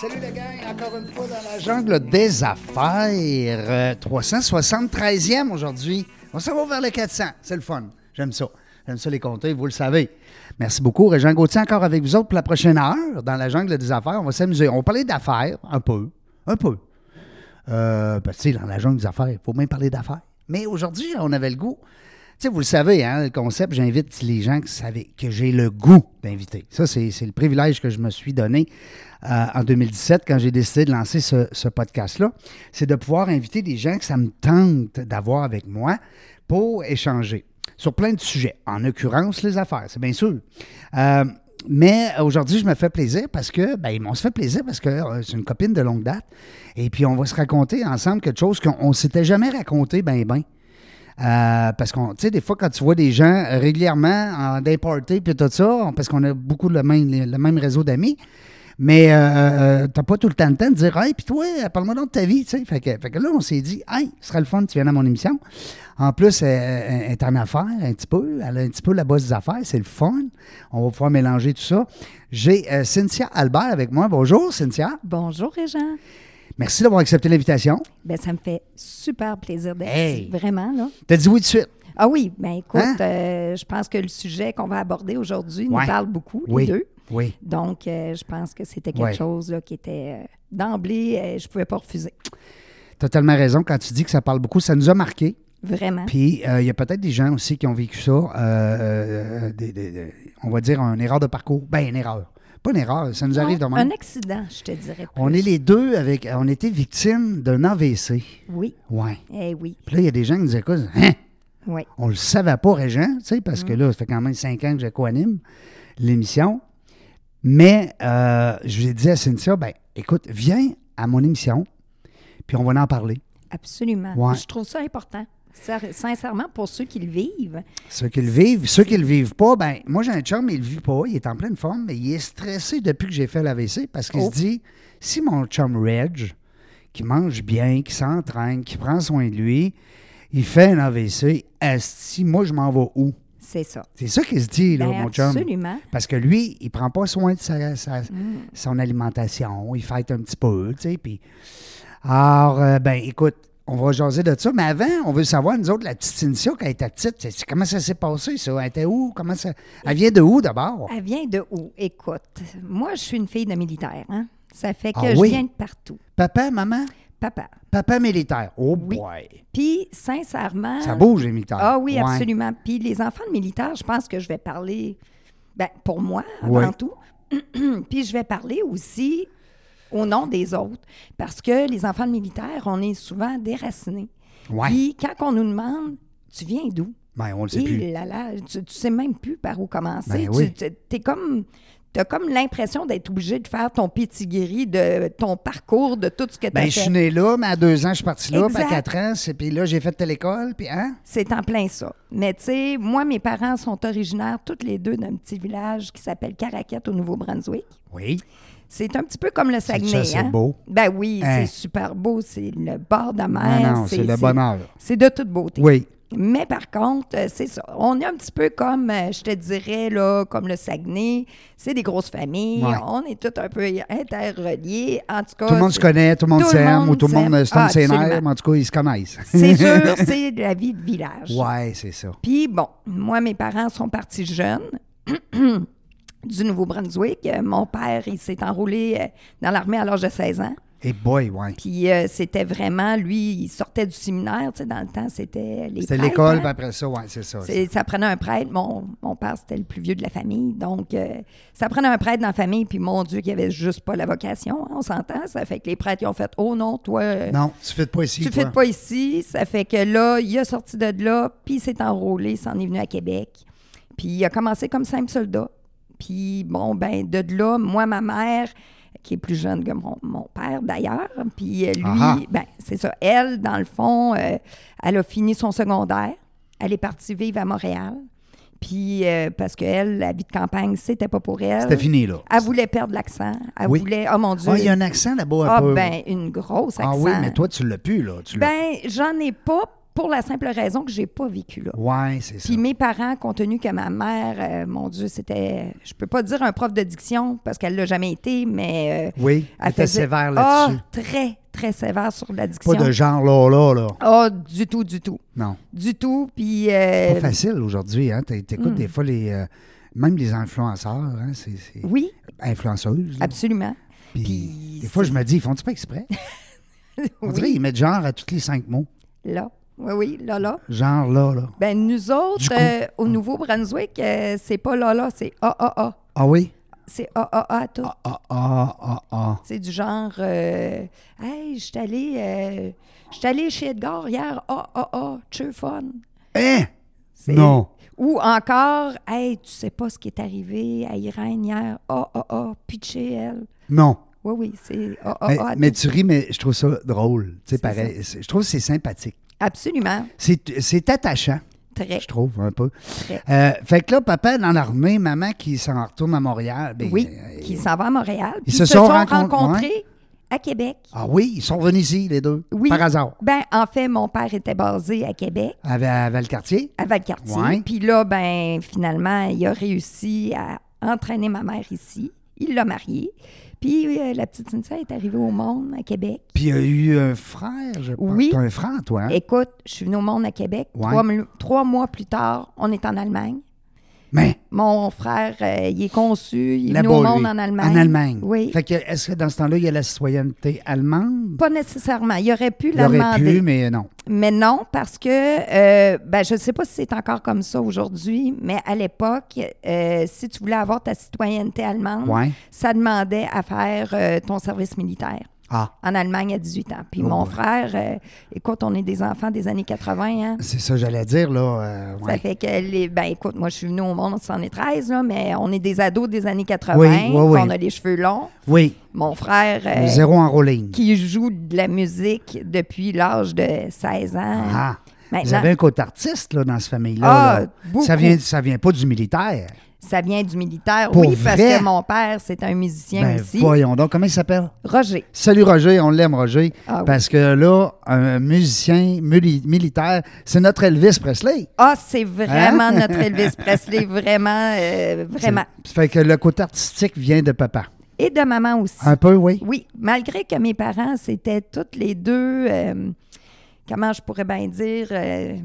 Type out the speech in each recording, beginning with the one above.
Salut les gars, encore une fois dans la jungle des affaires. Euh, 373e aujourd'hui. On s'en va vers le 400. C'est le fun. J'aime ça. J'aime ça les compter, vous le savez. Merci beaucoup. Régent Gauthier encore avec vous autres pour la prochaine heure dans la jungle des affaires. On va s'amuser. On va parler d'affaires un peu. Un peu. Euh, parce que, tu sais, dans la jungle des affaires, il faut même parler d'affaires. Mais aujourd'hui, on avait le goût. Tu sais, vous le savez, hein, le concept, j'invite les gens qui savent que j'ai le goût d'inviter. Ça, c'est c'est le privilège que je me suis donné euh, en 2017 quand j'ai décidé de lancer ce, ce podcast-là. C'est de pouvoir inviter des gens que ça me tente d'avoir avec moi pour échanger sur plein de sujets. En l'occurrence, les affaires, c'est bien sûr. Euh, mais aujourd'hui, je me fais plaisir parce que, ben, on se fait plaisir parce que euh, c'est une copine de longue date. Et puis, on va se raconter ensemble quelque chose qu'on on s'était jamais raconté, ben, ben. Euh, parce qu'on, tu sais, des fois, quand tu vois des gens régulièrement en day party puis tout ça, on- parce qu'on a beaucoup le même, le même réseau d'amis, mais euh, euh, t'as pas tout le temps le temps de dire, hey, puis toi, euh, parle-moi donc de ta vie, tu sais. Fait que, fait que là, on s'est dit, hey, ce serait le fun, que tu viennes à mon émission. En plus, elle, elle est en affaires un petit peu, elle a un petit peu la bosse des affaires, c'est le fun. On va pouvoir mélanger tout ça. J'ai euh, Cynthia Albert avec moi. Bonjour, Cynthia. Bonjour, Régent. Merci d'avoir accepté l'invitation. Ben, ça me fait super plaisir d'être Hey! ici, vraiment. Là. T'as dit oui tout de suite. Ah oui, ben écoute, Hein? euh, je pense que le sujet qu'on va aborder aujourd'hui Ouais. nous parle beaucoup, Oui. les deux. Oui. Donc, euh, je pense que c'était quelque Ouais. chose là, qui était euh, d'emblée, euh, je ne pouvais pas refuser. T'as tellement raison quand tu dis que ça parle beaucoup. Ça nous a marqué. Vraiment. Puis, euh, il y a peut-être des gens aussi qui ont vécu ça, euh, euh, des- des- des- on va dire, une erreur de parcours. Ben, une erreur. Pas une erreur, ça nous arrive de Non, même. un accident, je te dirais. plus. On est les deux avec. On était victimes d'un AVC. Oui, Ouais. eh oui, Puis là, il y a des gens qui nous écoutent. Hein? oui. On le savait pas, Régent, tu sais, parce que là, ça fait quand même cinq ans que je co-anime l'émission. Mais euh, je lui ai dit à Cynthia, ben, écoute, viens à mon émission, puis on va en parler. Absolument. Ouais. Je trouve ça important. Ser- Sincèrement, pour ceux qui le vivent, Ceux qui le vivent, ceux qui le vivent pas, ben moi j'ai un chum, mais il le vit pas, il est en pleine forme, mais il est stressé depuis que j'ai fait l'AVC parce qu'il Oh. se dit si mon chum Reg, qui mange bien, qui s'entraîne, qui prend soin de lui, il fait un AVC, si moi je m'en vais où? c'est ça. C'est ça qu'il se dit, là, Ben, mon chum. absolument. Parce que lui, il prend pas soin de sa, sa- Mm. son alimentation, il fête un petit peu, tu sais, puis... Alors, euh, ben, écoute, on va jaser de ça, mais avant, on veut savoir, nous autres, la petite Cynthia, quand elle était petite, c'est- c'est- comment ça s'est passé, ça? Elle était où? Comment ça... Elle vient de où, d'abord? Elle vient de où? Écoute, moi, je suis une fille de militaire. Hein? Ça fait que Ah je oui? viens de partout. Papa, maman? Papa. Papa militaire. Oh Oui. boy! Puis, sincèrement. Ça bouge, les militaires. Ah oui, Ouais. absolument. Puis, les enfants de militaires, je pense que je vais parler, ben, pour moi, avant Ouais. tout. Puis, je vais parler aussi au nom des autres. Parce que les enfants de militaires, on est souvent déracinés. Ouais. Puis, quand on nous demande, tu viens d'où? Ben, on le sait Et plus. là là, tu, tu sais même plus par où commencer. Ben tu oui. tu- t'es comme t'as comme l'impression d'être obligé de faire ton pétiguerie de ton parcours de tout ce que tu Ben, je suis né là, mais à deux ans, je suis parti là, puis à Exact. quatre ans, c'est- puis là, j'ai fait de l'école, puis hein? C'est en plein ça. Mais tu sais, moi mes parents sont originaires toutes les deux d'un petit village qui s'appelle Caraquette au Nouveau-Brunswick. Oui. C'est un petit peu comme le Saguenay. c'est hein? beau. Ben oui, Hein. c'est super beau, c'est le bord de Non, mer, non, c'est le bonheur. C'est de toute beauté. Oui. Mais par contre, euh, c'est ça. On est un petit peu comme, euh, je te dirais, là, comme le Saguenay. C'est des grosses familles. Ouais. On est tous un peu interreliés. En tout cas. Tout le monde se c'est- connaît, tout le monde tout le s'aime, monde ou tout le monde s'aime. euh, se tombe Ah, ses absolument. nerfs, mais en tout cas, ils se connaissent. C'est sûr, c'est de la vie de village. ouais, c'est ça. Puis bon, moi, mes parents sont partis jeunes du Nouveau-Brunswick. Euh, Mon père, il s'est enrôlé euh, dans l'armée à l'âge de 16 ans. Et boy, ouais. Puis euh, c'était vraiment, lui, il sortait du séminaire, tu sais, dans le temps, c'était les C'était prêtres, l'école, hein. puis après ça, ouais, c'est ça. C'est- Ça prenait un prêtre. Mon, mon père, c'était le plus vieux de la famille. Donc, euh, ça prenait un prêtre dans la famille. Puis, mon Dieu, qu'il n'y avait juste pas la vocation. hein, on s'entend. Ça fait que les prêtres, ils ont fait Oh non, toi, euh, Non, tu fais de pas ici. tu ne toi. fais pas ici. Ça fait que là, il a sorti de là. Puis, il s'est enrôlé. Il s'en est venu à Québec. Puis, il a commencé comme simple soldat. Puis, bon, ben de là, moi, ma mère, qui est plus jeune que mon, mon père d'ailleurs, puis euh, lui, Ah ah. ben, c'est ça. Elle, dans le fond, euh, elle a fini son secondaire. Elle est partie vivre à Montréal. Puis, euh, parce qu'elle, la vie de campagne, c'était pas pour elle. C'était fini, là. Elle voulait perdre l'accent. Elle Oui. voulait. Oh mon Dieu. Ah, il y a un accent là-bas un Ah, peu. ben, une grosse accent. ah oui, mais toi, tu l'as pu, là. Tu l'as- Ben, j'en ai pas pour la simple raison que j'ai pas vécu là. ouais, c'est ça. Puis mes parents, compte tenu que ma mère, euh, mon Dieu, c'était, je peux pas dire un prof de diction parce qu'elle l'a jamais été, mais euh, Oui, elle était faisait- sévère là-dessus. Ah, très, très sévère sur la diction. Pas de genre là, là, là. Ah, du tout, du tout, Non. du tout. Puis euh, hmm. Pas facile aujourd'hui, hein. T'é- T'écoutes des fois les. euh, même les influenceurs, hein, c'est c'est- oui, influenceuses. là. absolument. Puis, Puis des fois, je me dis, ils font-tu pas exprès? On dirait qu'ils mettent genre à tous les cinq mots. là, oui, oui, là, là. Genre là, là. Ben nous Du autres, coup. euh, au Nouveau-Brunswick, euh, c'est pas là, là, c'est ah, ah, ah, Ah oui? c'est ah, ah, ah, tout. Ah, ah, ah, ah. C'est du genre, euh, hey, je suis allée, euh, je suis allée chez Edgar hier, ah, ah, ah, cheer fun. Hein? C'est- Non. Ou encore, hey, tu sais pas ce qui est arrivé à Irène hier, ah, ah, ah, pitché elle. Non. Oui, oui, c'est ah, ah, Mais, ah, mais tout. tu ris, mais je trouve ça drôle. Tu sais, ça. pareil. C'est- Je trouve que c'est sympathique. Absolument, C'est c'est attachant, très. je trouve, un peu. Très. Euh, fait que là, papa dans l'armée, maman qui s'en retourne à Montréal. ben, Oui, euh, qui s'en va à Montréal. Puis Ils se se, sont sont, rencont- rencontrés à Québec. Ah oui, ils sont venus ici, les deux. Oui. Par hasard. Ben, en fait, mon père était basé à Québec. À, Va- à Valcartier. à Valcartier. Ouais. Puis là, ben, finalement, il a réussi à entraîner ma mère ici. Il l'a mariée. Puis euh, la petite Cynthia est arrivée au monde à Québec. Puis il y a eu un frère, je pense. Oui. T'as un frère, toi. hein? Écoute, je suis venue au monde à Québec. Ouais. Trois, ml- trois mois plus tard, on est en Allemagne. Mais Mon frère, euh, il est conçu, il est là-bas, venu au monde lui, en Allemagne. En Allemagne. Oui. Fait que, est-ce que dans ce temps-là, il y a la citoyenneté allemande? Pas nécessairement. Il aurait pu Il la aurait demander. pu, mais non. Mais non, parce que, euh, ben, je ne sais pas si c'est encore comme ça aujourd'hui, mais à l'époque, euh, si tu voulais avoir ta citoyenneté allemande, Ouais. ça demandait à faire euh, ton service militaire Ah, en Allemagne à 18 ans. Puis Oh mon boy. frère, euh, écoute, on est des enfants des années 80, hein? c'est ça que j'allais dire, là. euh, ouais. Ça fait que, les, ben écoute, moi je suis venue au monde en 73, là, mais on est des ados des années 80, Oui, oui, oui. on a les cheveux longs. Oui, Mon frère, euh, zéro en rolling. qui joue de la musique depuis l'âge de 16 ans. Ah, vous Maintenant- avez un côté artiste là, dans cette famille-là. Ben, Ah, là. beaucoup. Ça vient, ça vient pas du militaire. Ça vient du militaire, Pour oui, parce vrai? que mon père, c'est un musicien Ben, aussi. voyons donc, comment il s'appelle? Roger. Salut Roger, on l'aime Roger. Ah oui. parce que là, un musicien muli- militaire, c'est notre Elvis Presley. Ah, Hein? c'est vraiment notre Elvis Presley, vraiment, euh, vraiment. C'est- Fait que le côté artistique vient de papa. Et de maman aussi. Un peu, oui. Oui, malgré que mes parents, c'était toutes les deux, euh, comment je pourrais bien dire, euh,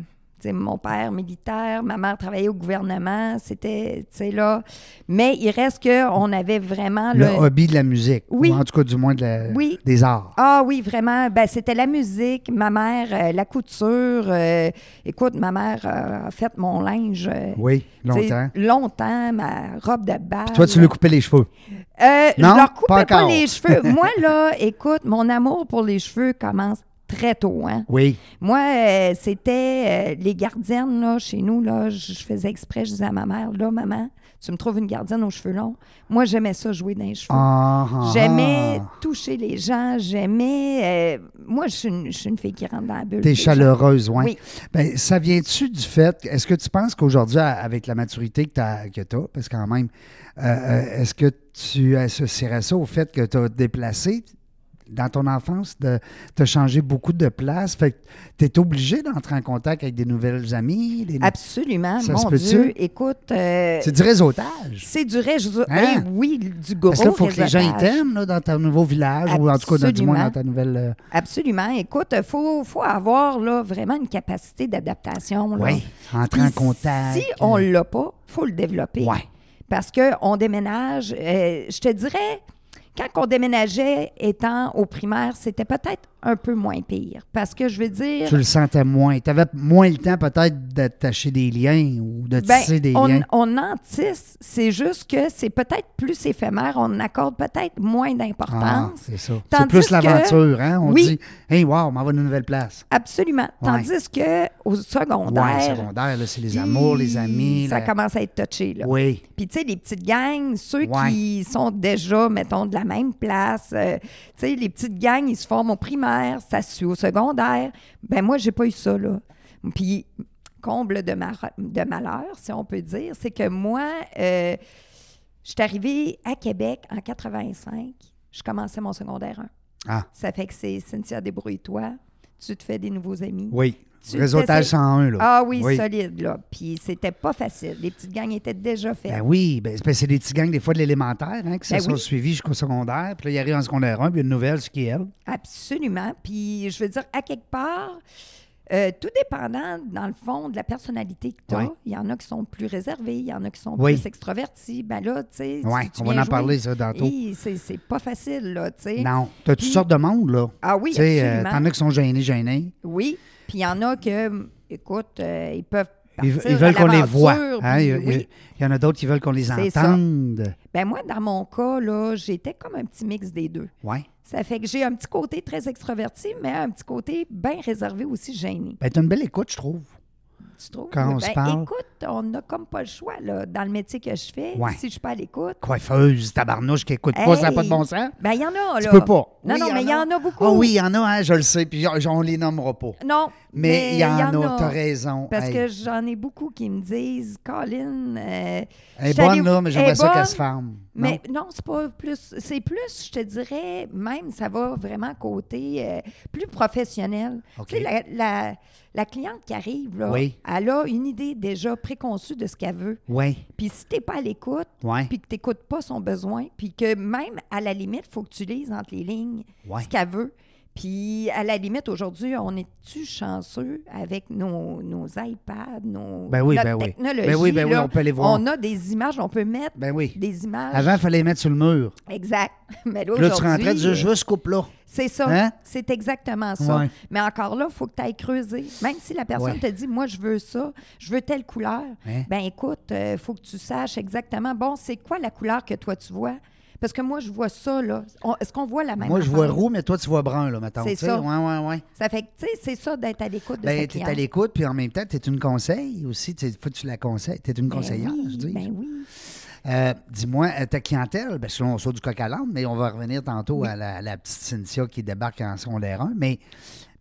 tu sais, mon père militaire, ma mère travaillait au gouvernement, c'était, tu sais, là. Mais il reste qu'on avait vraiment Le Ah, le... hobby de la musique. Oui. Ou en tout cas, du moins de la- Oui. des arts. Ah oui, vraiment. Ben, c'était la musique, ma mère, euh, la couture. euh, écoute, ma mère euh, a fait mon linge. euh, Oui, longtemps. tu sais, Longtemps, ma robe de bain. Toi, tu lui coupais les cheveux. Euh, Non, je leur coupais pas pas, encore. les cheveux. Moi, là, écoute, mon amour pour les cheveux commence très tôt. Hein? Oui. Moi, euh, c'était euh, les gardiennes, là, chez nous, là, je je faisais exprès, je disais à ma mère, là, maman, tu me trouves une gardienne aux cheveux longs. Moi, j'aimais ça, jouer dans les cheveux. Ah, ah, J'aimais ah. toucher les gens, j'aimais. euh, moi, je suis, une, je suis une fille qui rentre dans la bulle. T'es des gens. chaleureuse, ouais. Oui. Ben, ça vient-tu du fait, est-ce que tu penses qu'aujourd'hui, à- avec la maturité que tu as, parce que quand même, euh, euh, est-ce que tu associerais ça au fait que tu as déplacé dans ton enfance, de as changé beaucoup de place, fait que tu es obligé d'entrer en contact avec des nouvelles amies, des Absolument. Ça se mon peut-tu? Dieu, écoute, euh, c'est du réseautage. c'est du reste. Hein? eh oui, du gros. Parce que là, il faut que les gens ils réseautage. t'aiment là, dans ton nouveau village, ou en tout cas, dans- du moins dans Absolument. ta nouvelle... euh, Absolument. Écoute, il faut, faut avoir là, vraiment une capacité d'adaptation. là. Oui, entrer en Puis contact. Si on ne l'a pas, il faut le développer. Ouais. Parce qu'on déménage. euh, je te dirais Quand on déménageait, étant au primaire, c'était peut-être un peu moins pire. Parce que je veux dire. Tu le sentais moins. Tu avais moins le temps peut-être d'attacher des liens ou de Ben, tisser des on, liens. on en tisse, c'est juste que c'est peut-être plus éphémère, on accorde peut-être moins Ah, d'importance. c'est ça. C'est Tandis plus que- l'aventure, hein? On Oui. dit Hey, wow, on m'en va d'une nouvelle place. Absolument. Tandis que au secondaire, Ouais, secondaire, là, c'est les amours, les amis. ça la- commence à être touché. Là. Oui. Puis, tu sais, les petites gangs, ceux Ouais. qui sont déjà, mettons, de la même place, euh, tu sais, les petites gangs, ils se forment au primaire, ça se suit au secondaire. Ben moi, j'ai pas eu ça, là. Puis, comble de, ma- de malheur, si on peut dire, c'est que moi, euh, je suis arrivée à Québec en 85. Je commençais mon secondaire 1. Ah, Ça fait que c'est Cynthia, débrouille-toi. Tu te fais des nouveaux amis. oui. Tu Réseautage t'essayes- 101, là. Ah oui, solide, là. Puis c'était pas facile. Les petites gangs étaient déjà faites. Ben oui, ben, c'est parce que c'est des petits gangs des fois de l'élémentaire hein, qui se Ben sont oui. suivis jusqu'au secondaire. Puis là, ils arrivent en secondaire 1, puis il y a une nouvelle, ce qui est elle. Absolument. Puis je veux dire, à quelque part, euh, tout dépendant, dans le fond, de la personnalité que tu as, Ouais. il y en a qui sont plus réservés, il y en a qui sont Oui. plus extravertis. Ben là, tu sais, Ouais, si tu on va viens en parler, ça, jouer, tantôt. hi, C'est c'est pas facile, là, tu sais. Non. T'as toutes Puis- sortes de monde, là. Ah oui, Tu sais, euh, absolument. t'en as qui sont gênés, gênés. Oui. Puis il y en a que, écoute, euh, ils peuvent Ils, partir ils à veulent qu'on les l'aventure, voit. puis hein. Il, y a- ben oui. il y en a d'autres qui veulent qu'on les C'est ça. entende. Ben moi, dans mon cas, là, j'étais comme un petit mix des deux. Oui. Ça fait que j'ai un petit côté très extraverti, mais un petit côté bien réservé aussi gêné. Ben, t'as une belle écoute, je trouve. Tu trouves? Quand on Ben, se parle. Écoute, on n'a comme pas le choix là, dans le métier que je fais. Ouais. Si je suis pas à l'écoute, Coiffeuse, tabarnouche qui écoute pas, ça n'a hey, pas de bon sens. Ben, il y en a. Là. Tu peux pas. Non, Oui, non, mais il y en a beaucoup. Ah oui, il y en a, hein, je le sais, puis on- on les nommera pas. Non. Mais il y en a, t'as raison. Parce Hey. que j'en ai beaucoup qui me disent, Colin. Euh, Elle est je suis allée- bonne, là, mais elle j'aimerais est ça qu'elle se bonne, ferme. Mais non, c'est pas plus. C'est plus, je te dirais, même, ça va vraiment côté euh, plus professionnel. OK. Tu sais, la, la- la cliente qui arrive, là, Oui. elle a une idée déjà préconçue de ce qu'elle veut. Oui. Puis si t'es pas à l'écoute, Ouais. puis que t'écoutes pas son besoin, puis que même à la limite, faut que tu lises entre les lignes Ouais. ce qu'elle veut. Puis à la limite, aujourd'hui, on est-tu chanceux avec nos, nos iPads, nos Ben oui, notre ben oui. technologie? Ben oui, ben oui, là? on peut les voir. On a des images, on peut mettre Ben oui. des images. Avant, il fallait les mettre sur le mur. Exact. Mais là, Là, tu aujourd'hui, rentrais, tu disais, je euh, veux ce couple-là. C'est ça. Hein? C'est exactement ça. Ouais. Mais encore là, il faut que tu ailles creuser. Même si la personne Ouais. te dit, moi, je veux ça, je veux telle couleur, Hein? ben écoute, il faut que tu saches exactement, bon, c'est quoi la couleur que toi, tu vois? Parce que moi, je vois ça, là. On- Est-ce qu'on voit la même Moi, je vois affaire? roux, mais toi, tu vois brun, là, mettons. Ben C'est tu sais. ça. Ouais, ouais, ouais. Ça fait que, tu sais, c'est ça d'être à l'écoute de Ben, sa t'es cliente. à l'écoute, puis en même temps, t'es une conseille aussi. Tu sais, faut que tu la conseilles. T'es une Ben conseillère, oui, je dis. Ben oui. Euh, Dis-moi, euh, ta clientèle, ben, selon on sort du coq à l'âne, mais on va revenir tantôt à la, la petite Cynthia qui débarque en secondaire 1. Mais,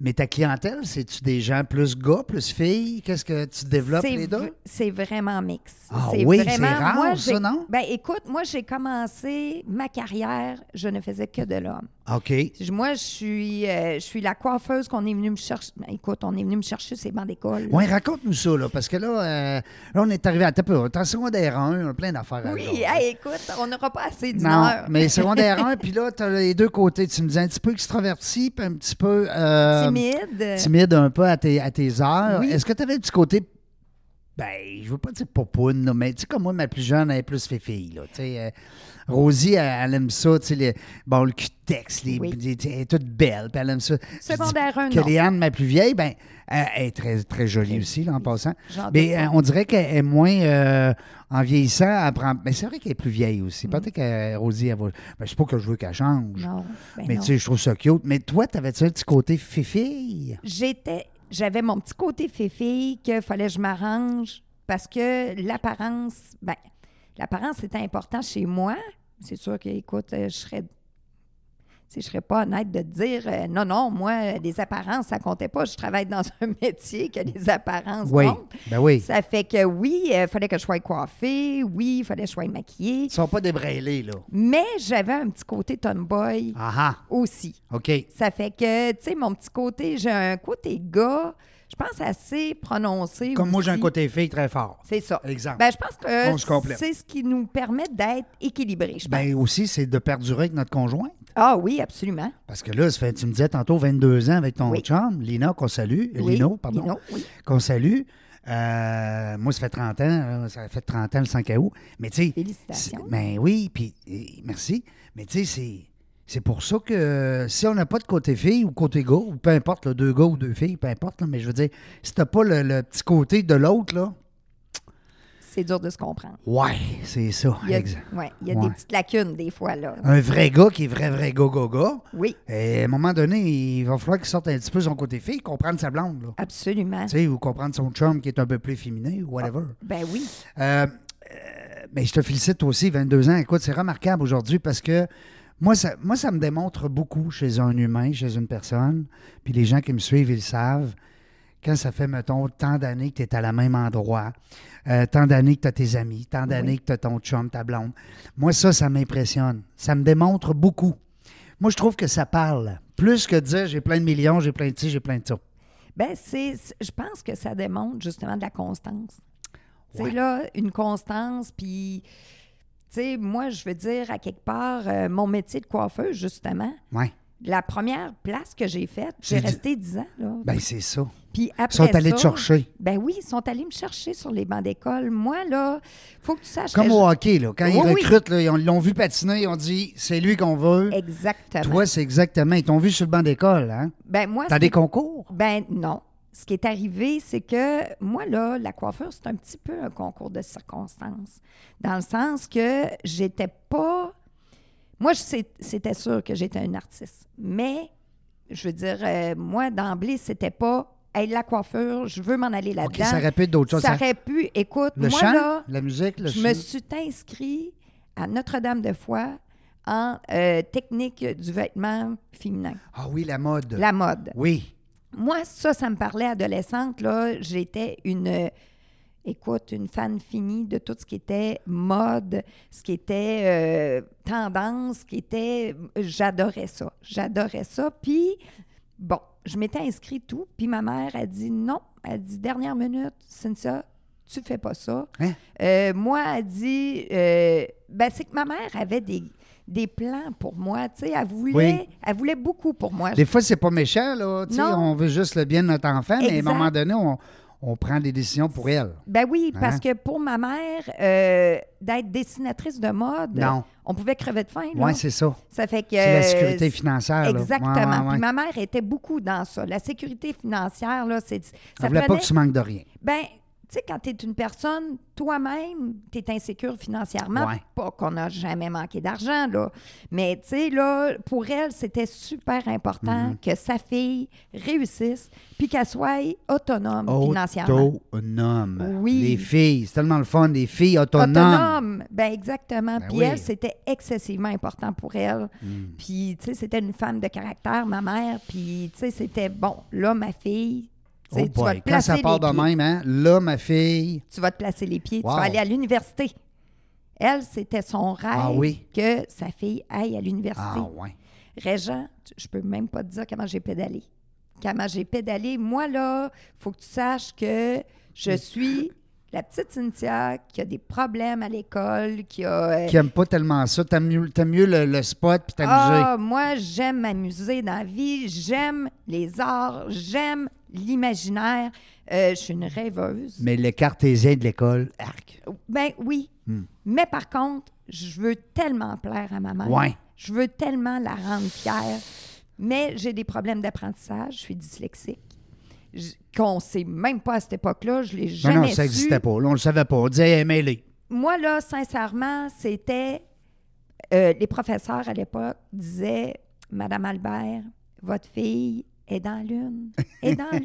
mais ta clientèle, c'est-tu des gens plus gars, plus filles? Qu'est-ce que tu développes C'est les v- deux? C'est vraiment mix. Ah C'est oui, c'est vraiment, rare, moi, ça, j'ai- non? Ben écoute, moi, j'ai commencé ma carrière, je ne faisais que de l'homme. OK. Je- Moi, je suis, euh, je suis la coiffeuse qu'on est venu me chercher. Ben, écoute, on est venu me chercher ces bancs d'école. là. Oui, raconte-nous ça, là, parce que là, euh, là, on est arrivé à taper. On est en secondaire 1, on a plein d'affaires à Oui, dire. hey, écoute, on n'aura pas assez d'une Ah, Non, heure. mais secondaire 1, puis là, tu as les deux côtés. Tu me dis un petit peu extraverti, puis un petit peu. euh, Timide. timide un peu à tes, à tes heures. Oui. Est-ce que tu avais un petit côté. Ben, je veux pas dire popoune, là, mais tu sais, comme moi, ma plus jeune, elle est plus fille là. Tu sais, euh, Rosie, elle, elle aime ça, tu sais, les- bon, le cutex, les, Oui. les- tu sais, elle est toute belle, puis elle aime ça. Je Secondaire dis un, que non. Léane, ma plus vieille, ben, elle, elle est très, très jolie aussi, là, en passant. J'en doute Mais pas. euh, on dirait qu'elle est moins, euh, en vieillissant, elle prend... Mais c'est vrai qu'elle est plus vieille aussi. Peut-être que Rosie, elle va... Ben, c'est pas que je veux qu'elle change. Mm-hmm. Non, ben mais non. tu sais, je trouve ça cute. Mais toi, t'avais-tu un petit côté fille J'étais, j'avais mon petit côté féfille que fallait que je m'arrange parce que l'apparence, ben, l'apparence était important chez moi. C'est sûr que, écoute, euh, je serais, tu sais, je serais pas honnête de te dire, euh, non, non, moi, euh, les apparences, ça comptait pas. Je travaille dans un métier que les apparences Oui. comptent. Ben oui. Ça fait que oui, il fallait que je sois coiffée, oui, il fallait que je sois maquillée, Ils sont pas débraillés, là. mais j'avais un petit côté tomboy Ah aussi. ah, OK. Ça fait que, tu sais, mon petit côté, j'ai un côté gars, je pense assez prononcé. Comme moi, j'ai un aussi. côté fille très fort. C'est ça. Exemple. Ben, je pense On se que complète. c'est ce qui nous permet d'être équilibrés, je pense. Ben aussi, c'est de perdurer avec notre conjointe. Ah oui, absolument. Parce que là, ça fait, tu me disais tantôt 22 ans avec ton Oui. chum, Lina, qu'on salue. Oui, Lino, pardon. Lino, oui. Qu'on salue. Euh, moi, ça fait 30 ans, là, ça fait 30 ans le 5 août. Mais tu sais. Félicitations. c'est- Ben oui, puis et- merci. Mais tu sais, c'est. C'est pour ça que euh, si on n'a pas de côté fille ou côté gars, ou peu importe, là, deux gars ou deux filles, peu importe, là, mais je veux dire, si t'as pas le, le petit côté de l'autre, là, C'est dur de se comprendre. ouais, c'est ça. Il y a, exact. ouais, il y a Ouais. Ah. des petites lacunes des fois, là. Un vrai gars qui est vrai, vrai gars, gars, gars, Oui, et à un moment donné, il va falloir qu'il sorte un petit peu son côté fille, comprendre sa blonde, là. absolument. Tu sais, ou comprendre son chum qui est un peu plus féminin, ou whatever. Ben oui. Euh, euh, mais je te félicite toi aussi, 22 ans. Écoute, c'est remarquable aujourd'hui parce que moi ça, moi, ça me démontre beaucoup chez un humain, chez une personne. Puis les gens qui me suivent, ils le savent. Quand ça fait, mettons, tant d'années que tu es à la même endroit, euh, tant d'années que tu as tes amis, tant d'années que tu as ton chum, ta blonde. Moi, ça, ça m'impressionne. Ça me démontre beaucoup. Moi, je trouve que ça parle. Plus que de dire j'ai plein de millions, j'ai plein de ci, j'ai plein de ça. Ben, c'est, c'est- je pense que ça démontre justement de la constance. Ouais. C'est là une constance, puis, tu sais, moi, je veux dire, à quelque part, euh, mon métier de coiffeuse, justement, Ouais. la première place que j'ai faite, C'est j'ai du- resté 10 ans, là. Ben, c'est ça. puis Ils après sont allés ça, te chercher. Ben oui, ils sont allés me chercher sur les bancs d'école. Moi, là, faut que tu saches Comme que au hockey, là. Quand ils Oui, oui. recrutent, là, ils ont- ils l'ont vu patiner, ils ont dit c'est lui qu'on veut. je- Exactement. Toi, c'est exactement. Ils t'ont vu sur le banc d'école, hein? ben moi, T'as ce des qui- concours? Ben non. Ce qui est arrivé, c'est que moi, là, la coiffure, c'est un petit peu un concours de circonstances. Dans le sens que j'étais pas. Moi, je sais- c'était sûr que j'étais un artiste. Mais, je veux dire, euh, moi, d'emblée, c'était pas. Hey, la coiffure, je veux m'en aller OK, là-dedans. ça aurait pu être d'autres choses. Ça Ça- aurait pu. Écoute, Le moi, chant, là, la musique, le je chant. me suis inscrit à Notre-Dame-de-Foi en euh, technique du vêtement féminin, Ah oui, la mode. la mode. Oui. Moi, ça, ça me parlait adolescente. Là, j'étais une, euh, écoute, une fan finie de tout ce qui était mode, ce qui était euh, tendance, ce qui était, j'adorais ça, j'adorais ça. Puis bon, je m'étais inscrite tout. Puis ma mère a dit non, elle dit dernière minute, Cynthia, tu fais pas ça. Hein? Euh, moi, elle dit, euh, ben, c'est que ma mère avait des des plans pour moi, tu sais, elle voulait, elle voulait beaucoup pour moi. Des fois, c'est pas méchant, là. Tu sais, Non. on veut juste le bien de notre enfant, mais à un Exact. moment donné, on, on prend des décisions pour elle. Ben oui, parce Hein? que pour ma mère, euh, d'être dessinatrice de mode, Non. on pouvait crever de faim. là. Oui, c'est ça. ça fait que C'est la euh, sécurité financière. là. Ouais, Exactement. ouais, ouais. Puis ma mère était beaucoup dans ça. La sécurité financière, là, c'est. Elle Ça voulait pas prenait- que tu manques de rien. Ben, tu sais, quand tu es une personne, toi-même, tu es insécure financièrement. Ouais. Pas qu'on n'a jamais manqué d'argent, là. Mais, tu sais, là, pour elle, c'était super important Mm-hmm. que sa fille réussisse puis qu'elle soit autonome financièrement. Autonome. hein. Oui. Les filles, c'est tellement le fun, des filles autonomes. Autonome. Ben exactement. Ben Puis oui. Hmm. elle, c'était excessivement important pour elle. Puis, tu sais, c'était une femme de caractère, ma mère. Puis, tu sais, c'était bon. Là, ma fille, tu Oh sais, tu vas boy, te Quand placer ça part les de pieds. même, hein? Là, ma fille. Tu vas te placer les pieds. Wow. Tu vas aller à l'université. Elle, c'était son rêve Ah oui. que sa fille aille à l'université. Ah, ouais. Régent, tu- je peux même pas te dire comment j'ai pédalé. Comment j'ai pédalé. Moi, là, faut que tu saches que je suis la petite Cynthia qui a des problèmes à l'école, qui a. euh, Qui aime pas tellement ça. T'aimes mieux, t'aimes mieux le, le spot puis t'amuser. ah, moi, j'aime m'amuser dans la vie, j'aime les arts, j'aime l'imaginaire. Euh, je suis une rêveuse. Mais le cartésien de l'école, arc. Ben oui. Hmm. Mais par contre, je veux tellement plaire à ma mère. Ouais. Je veux tellement la rendre fière. Mais j'ai des problèmes d'apprentissage. Je suis dyslexique. Je- Qu'on ne sait même pas à cette époque-là. Je l'ai Non, jamais non, ça su. n'existait pas. Là, on le savait pas. On disait, hey, mêlé. Moi, là, sincèrement, c'était... euh, les professeurs, à l'époque, disaient, « Madame Albert, votre fille est dans la lune. Est dans la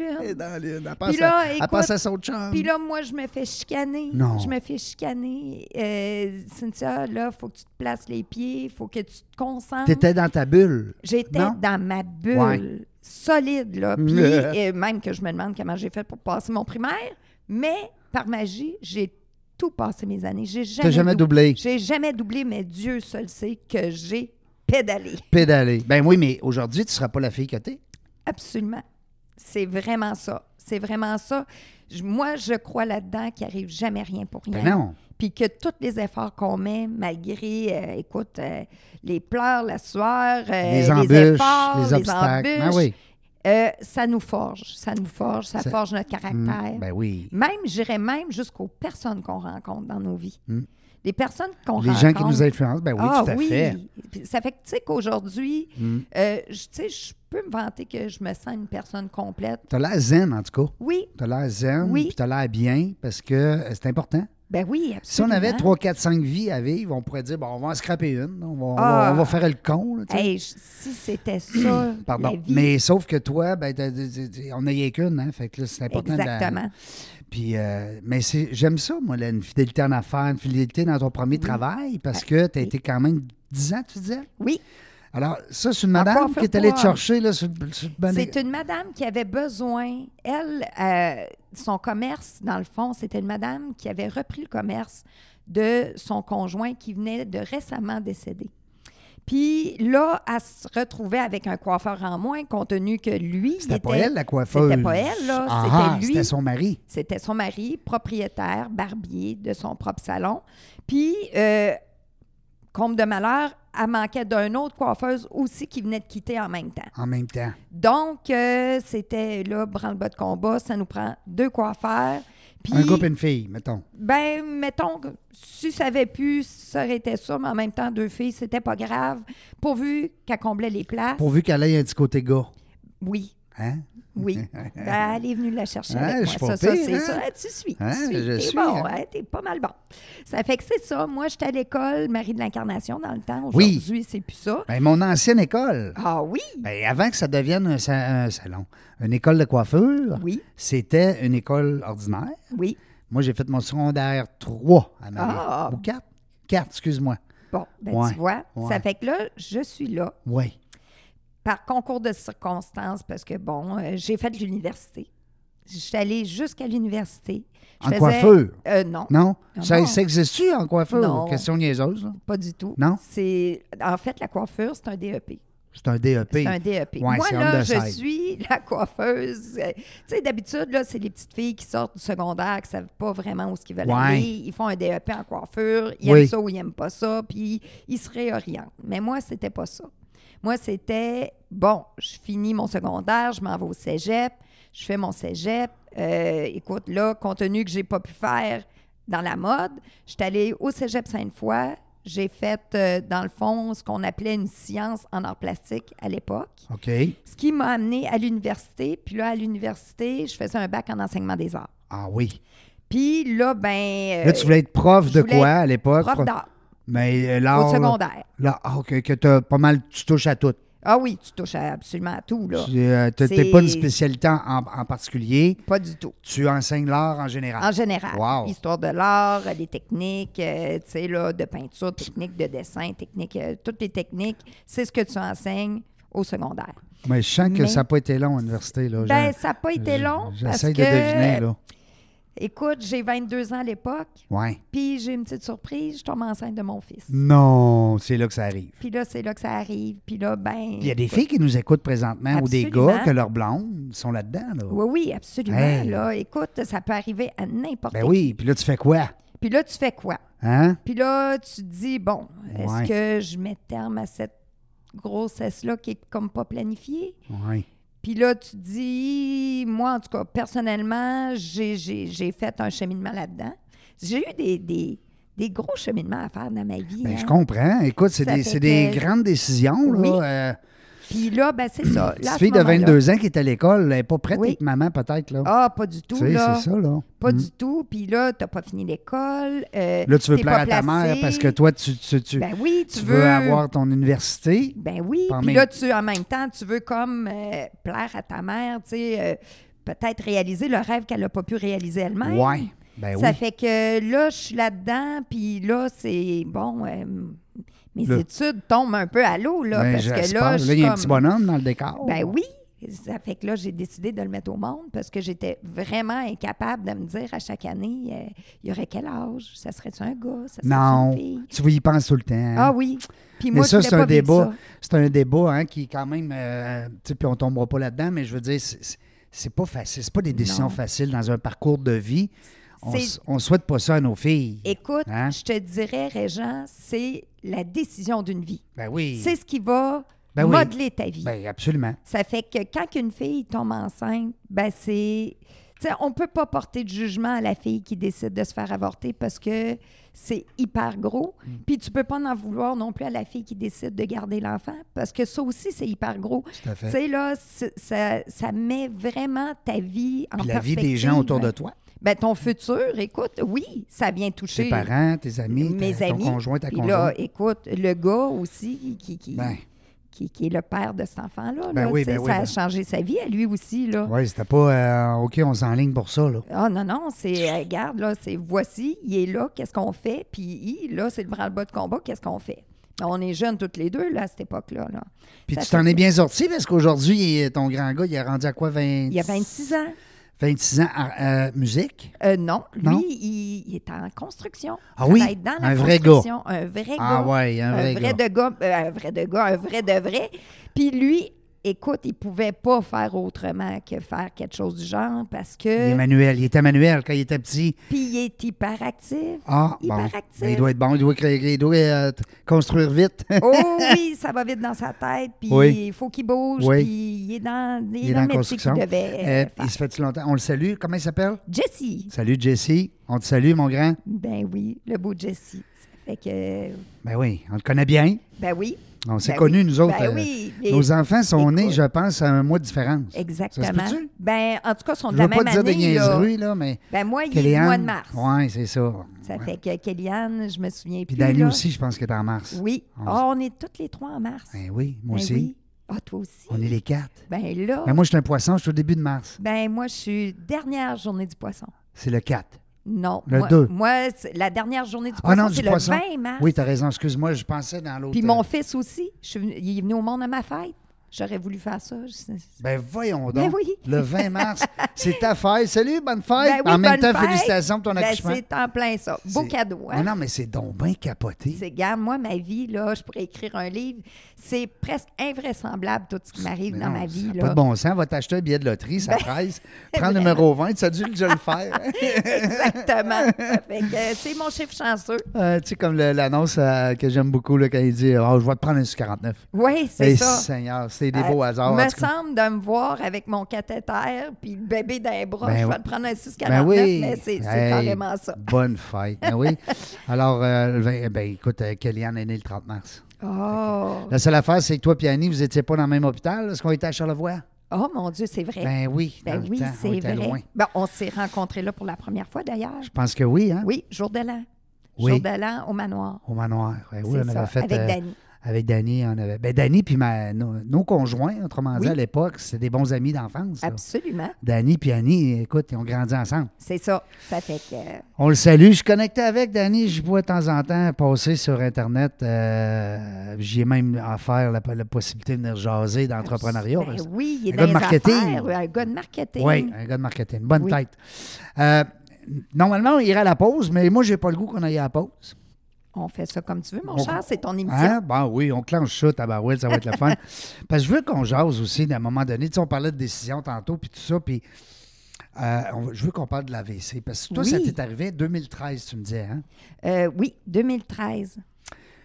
lune. Puis là, Elle écoute, passe à son chum. Puis là, moi, je me fais chicaner. Hum. Non. Je me fais chicaner. Euh, Cynthia, là, faut que tu te places les pieds, faut que tu te concentres. T'étais dans ta bulle. J'étais Non? dans ma bulle Ouais. solide, là. Puis Mais- et même que je me demande comment j'ai fait pour passer mon primaire, mais par magie, j'ai tout passé mes années. J'ai jamais, jamais doub- doublé. J'ai jamais doublé, mais Dieu seul sait que j'ai pédalé. Pédalé. Ben oui, mais aujourd'hui, tu seras pas la fille que t'es. Absolument. C'est vraiment ça. C'est vraiment ça. Je- moi, je crois là-dedans qu'il n'arrive jamais rien pour rien. Ben non. Puis que tous les efforts qu'on met, malgré, euh, écoute, euh, les pleurs, la sueur, euh, Les embûches, efforts, les les, obstacles. embûches, Ah oui. euh, euh, ça nous forge, ça nous forge, ça, Ça- forge notre caractère. Ben oui. Même, j'irais même jusqu'aux personnes qu'on rencontre dans nos vies. Des personnes qu'on Hmm. Les rencontre. gens qui nous influencent, ben oui, ah, tout à oui. fait. Hmm. Puis Ça fait que, tu sais, qu'aujourd'hui, euh, je- tu sais, je peux me vanter que je me sens une personne complète. T'as l'air zen, en tout cas. Oui, T'as l'air zen, Oui. puis t'as l'air bien, parce que euh, c'est important. ben oui, absolument. Si on avait 3, 4, 5 vies à vivre, on pourrait dire, bon, on va en scraper une, on va, on va- Ah. on va faire le con. là, tu sais. Hey, je- si c'était ça, la Pardon. vie, Mais sauf que toi, ben, t'as- t'as- t'as- on n'a rien qu'une, hein, fait que là, c'est important. de la- exactement. Puis, euh, mais c'est- j'aime ça, moi, là, une fidélité en affaires, une fidélité dans ton premier travail, parce que tu as été quand même 10 ans, tu disais? Oui, Alors, ça, c'est une Encore madame qui faire est allée te quoi? chercher, là, sur, le- sur le bon- e- c'est une madame qui avait besoin, elle, euh, son commerce, dans le fond, c'était une madame qui avait repris le commerce de son conjoint qui venait de récemment décéder. Puis là, elle se retrouvait avec un coiffeur en moins, compte tenu que lui, il C'était pas était- elle, la coiffeuse. C'était pas elle, là, Ah, c'était ah, lui. C'était son mari. C'était son mari, propriétaire, barbier de son propre salon. Puis, euh, comble de malheur, elle manquait d'une autre coiffeuse aussi qui venait de quitter en même temps. En même temps. Donc, euh, c'était là, branle-bas de combat, ça nous prend deux coiffeurs. Puis, Un couple et une fille, mettons. ben, mettons, que si ça avait pu, ça aurait été ça, mais en même temps, deux filles, c'était pas grave, pourvu qu'elle comblait les places. Pourvu qu'elle ait un petit côté gars. Oui, Hein? oui. Ben, elle est venue la chercher Hein, je avec suis moi. pas Ça, ça, pire, c'est hein? ça. Ah, tu suis. tu Hein, suis. je T'es suis, bon, hein? hein, t'es pas mal bon. Ça fait que c'est ça. Moi, j'étais à l'école, Marie de l'Incarnation, dans le temps. Oui. Aujourd'hui, c'est plus ça. Ben, mon ancienne école. Ah oui? Ben, avant que ça devienne un, sa- un salon, une école de coiffure, Oui. c'était une école ordinaire. Oui. Moi, j'ai fait mon secondaire 3 à Marie. Ah! Ou 4? 4, excuse-moi. Bon, ben, Ouais, tu vois, ouais. ça fait que là, je suis là Oui. par concours de circonstances parce que, bon, euh, j'ai fait de l'université. J'étais allée jusqu'à l'université. Je En coiffure? Euh, non, Non? Non, ça, non. ça existe-tu en coiffure? Non. Question niaiseuse. là. pas du tout. Non? C'est, en fait, la coiffure, c'est un DEP. C'est un E DEP. C'est un E DEP. Ouais, Moi, c'est on là, the je side. suis la coiffeuse. euh, Tu sais, d'habitude, là, c'est les petites filles qui sortent du secondaire, qui ne savent pas vraiment où ce qu'ils veulent Ouais. aller. Ils font un DEP en coiffure, ils Oui. aiment ça ou ils n'aiment pas ça, puis ils se réorientent. Mais moi, c'était pas ça. Moi, c'était, bon, je finis mon secondaire, je m'en vais au cégep, je fais mon cégep. Euh, écoute, là, compte tenu que j'ai pas pu faire dans la mode, je suis allée au cégep Sainte-Foy. J'ai fait, euh, dans le fond, ce qu'on appelait une science en art plastique à l'époque. OK. Ce qui m'a amené à l'université. Puis là, à l'université, je faisais un bac en enseignement des arts. Ah oui. Puis là, ben. Là, tu voulais être prof je de voulais quoi être à l'époque? prof d'art Mais euh, l'art. au secondaire. Là, ah, OK, que t'as pas mal, tu touches à tout. Ah oui, tu touches à- absolument à tout, là. Tu euh, t'as- t'es C'est- pas une spécialité en, en particulier. Pas du tout. Tu enseignes l'art en général. En général. Wow. Histoire de l'art, les techniques, euh, tu sais, là, de peinture, technique de dessin, technique, euh, toutes les techniques, c'est ce que tu enseignes au secondaire. Mais je sens que Mais- ça n'a pas été long à l'université. Là. Ben, Je- ça n'a pas été je- long parce que, J'essaie de deviner, là. écoute, j'ai 22 ans à l'époque, Ouais. puis j'ai une petite surprise, je tombe enceinte de mon fils. Mm. Non, c'est là que ça arrive. Puis là, c'est là que ça arrive, puis là, ben... Il y a des filles qui nous écoutent présentement ou des Absolument. gars que leurs blondes sont là-dedans. Là. Oui, oui, absolument. Hey. Là, écoute, ça peut arriver à n'importe Ben qui. oui, puis là, tu fais quoi? Puis là, tu fais quoi? Hein? Puis là, tu te dis, bon, est-ce Ouais. que je mets terme à cette grossesse-là qui est comme pas planifiée? Oui. Puis là, tu te dis, moi, en tout cas, personnellement, j'ai- j'ai j'ai fait un cheminement là-dedans. J'ai eu des, des, des gros cheminements à faire dans ma vie. Ben, hein. je comprends. Écoute, c'est Ça des, fait c'est des que- grandes décisions. Là. Oui. Euh, Puis là, ben, c'est ça. Là, à petite ce fille de moment-là- 22 ans qui est à l'école, elle n'est pas prête Oui. avec maman, peut-être. Là. Ah, pas du Tu tout, sais, là. c'est ça, là. Pas du tout. Puis là, t'as pas fini l'école. euh, Là, tu veux t'es plaire pas à ta placé. mère parce que toi, tu, tu, tu, Ben oui, tu, tu veux avoir ton université. Ben oui. Par Puis main- là, tu, en même temps, tu veux comme euh, plaire à ta mère, tu sais, euh, peut-être réaliser le rêve qu'elle n'a pas pu réaliser elle-même. Ouais. Ben Ça oui. fait que là, je suis là-dedans, puis là, c'est bon. euh, mes Là. études tombent un peu à l'eau, là, Ben, parce que j'espère. là, je Là, il suis y a un petit comme- bonhomme dans le décor. ben oui. Ça fait que là, j'ai décidé de le mettre au monde parce que j'étais vraiment incapable de me dire à chaque année, euh, il y aurait quel âge? Ça serait-tu un gars? Ça serait Non. une fille? Tu vois, il pense tout le temps. Ah oui. Puis Mais moi, ça, je voulais c'est un pas vivre débat. ça. C'est un débat hein, qui, quand même, euh, tu sais, puis on ne tombera pas là-dedans, mais je veux dire, c'est- c'est- c'est pas facile. C'est pas des décisions Non. faciles dans un parcours de vie. On C'est- s- on souhaite pas ça à nos filles. Écoute, Hein? je te dirais, Régent, c'est la décision d'une vie. Ben oui. C'est ce qui va Ben oui. modeler ta vie. Ben, absolument. Ça fait que quand une fille tombe enceinte, ben c'est. Tu sais, on peut pas porter de jugement à la fille qui décide de se faire avorter parce que c'est hyper gros. Mm. Puis tu peux pas en vouloir non plus à la fille qui décide de garder l'enfant parce que ça aussi, c'est hyper gros. Tout à fait. Tu sais, là, c'est- ça, ça met vraiment ta vie en Puis la vie perspective. des gens autour de toi. Ben, ton futur, écoute, oui, ça vient toucher Tes parents, tes amis, ta- mes ton amis. conjoint, ta Puis là, conjointe. écoute, le gars aussi qui, qui, Ben. qui, qui est le père de cet enfant-là, Ben là, oui, tu sais, ben oui, ça a ben. changé sa vie à lui aussi. Là. Oui, c'était pas euh, OK, on s'enligne pour ça. Là. Ah non, non, c'est, euh, regarde, là, c'est voici, il est là, qu'est-ce qu'on fait? Puis il, là, c'est le bras-le-bas de combat, qu'est-ce qu'on fait? On est jeunes toutes les deux, là, à cette époque-là. Là. Puis Ça tu fait t'en es que- bien sorti parce qu'aujourd'hui, il- ton grand gars, il est rendu à quoi 20... Il y a 26 ans. 26 ans à euh, musique. Euh, non, lui, Non? Il, il est en construction. Ah Il oui? travaille dans la Un vrai construction. Un vrai Ah gars. ouais, un vrai gars. de gars. euh, un vrai de gars, un vrai de vrai. Puis lui, écoute, il pouvait pas faire autrement que faire quelque chose du genre parce Il est que. manuel. Il était manuel quand il était petit. Puis il est hyperactif. Ah, bon. hyperactif. Ben, il doit être bon. Il doit, créer- il doit, euh, t- construire vite. Oh oui, ça va vite dans sa tête, puis Oui. il faut qu'il bouge, Oui. puis il est dans, il est il est dans la dans le métier construction. qu'il devait Euh, euh, faire. il se fait longtemps. On le salue. Comment il s'appelle? Jesse, Salut, Jesse. On te salue, mon grand. ben oui, le beau Jesse. Ça fait que, Ben oui, on le connaît bien. ben oui. On s'est Ben connus, oui. nous autres. Ben euh, oui, les- Nos enfants sont nés, Écoute. je pense, à un mois de différence. Exactement. Ça se peut-tu? ben, en tout cas, ils sont Je de veux la pas même te dire des année. là. niaiseries, là, mais... Ben moi, il est Kellyanne. du mois de mars. Oui, c'est ça. Ça Ouais. fait que Kellyanne, je me souviens Puis plus. Dani là. aussi, je pense qu'elle est en mars. Oui. On- Ah, on est toutes les trois en mars. Ben oui, moi Ben aussi. oui. Ah, toi aussi. On est les quatre. Ben là, Ben moi, je suis un poisson, je suis au début de mars. ben moi, je suis dernière journée du poisson. C'est le 4. Non. Le moi, deux. Moi, c'est- la dernière journée du Ah poisson, non, c'est du le poisson. 20 mars. Oui, t'as raison, excuse-moi, je pensais dans l'autre. Puis mon euh, fils aussi, je suis venue- il est venu au monde à ma fête. J'aurais voulu faire ça. Je- Ben voyons donc. Ben oui. Le 20 mars, c'est ta fête. Salut, bonne fête. Ben oui, en même bonne temps, fête. félicitations pour ton Ben, accouchement. c'est en plein ça. Beau C'est- cadeau. Mais Hein? non, mais c'est donc bien capoté. C'est, garde, moi, ma vie, là, je pourrais écrire un livre. C'est presque invraisemblable tout ce qui m'arrive Mais dans non, ma ça vie. a Là. Ben Pas de bon sens, va t'acheter un billet de loterie, ça presse. Prends le numéro 20, tu as dû déjà le faire. Exactement. Ça fait que, euh, c'est mon chiffre chanceux. Euh, tu sais, comme le- l'annonce euh, que j'aime beaucoup là, quand il dit oh, Je vais te prendre un 49. Oui, c'est Eh, ça. Seigneur, c'est des Euh, beaux hasards. en me tout cas. semble de me voir avec mon cathéter puis le bébé d'un bras. Ben je oui. vais te prendre un 6,49, Ben oui. mais c'est, c'est Hey, carrément ça. Bonne fête. Ben oui. Alors, euh, le vingt- ben, écoute, euh, Kellyanne est née le 30 mars. Oh. La seule affaire, c'est que toi et Annie, vous n'étiez pas dans le même hôpital parce qu'on était à Charlevoix. Oh, mon Dieu, c'est vrai. Ben oui. dans Ben le oui, temps, on c'est était vrai. loin. Ben, on s'est rencontrés là pour la première fois d'ailleurs. Je pense que oui, hein? Oui, jour de l'an. Oui. Jour de l'an au manoir. Au manoir. Ben oui, C'est on avait ça, fait. avec Dany. Avec Dany, on avait. Ben, Dany, puis ma- nos, nos conjoints, autrement dit, Oui. à l'époque, c'était des bons amis d'enfance. là. Absolument. Dany puis Annie, écoute, ils ont grandi ensemble. C'est ça. Ça fait que. On le salue. Je suis connecté avec Danny. Je vois de temps en temps passer sur Internet. Euh, J'y ai même offert la, la possibilité de venir jaser d'entrepreneuriat. Ben oui, il est Un dans gars de les marketing. affaires, un gars de marketing. Oui, un gars de marketing. Bonne Oui. tête. Euh, normalement, on irait à la pause, mais moi, j'ai pas le goût qu'on aille à la pause. On fait ça comme tu veux, mon On- cher. C'est ton émission. Oh. Hein? Ben oui, on clenche ça, tabarouette, ça va être le fun. Parce que je veux qu'on jase aussi, d'un moment donné. Tu sais, on parlait de décision tantôt, puis tout ça, puis euh, on va- je veux qu'on parle de l'AVC. Parce que toi, ça Oui. t'est arrivé en 2013, tu me disais, hein? Euh, oui, 2013.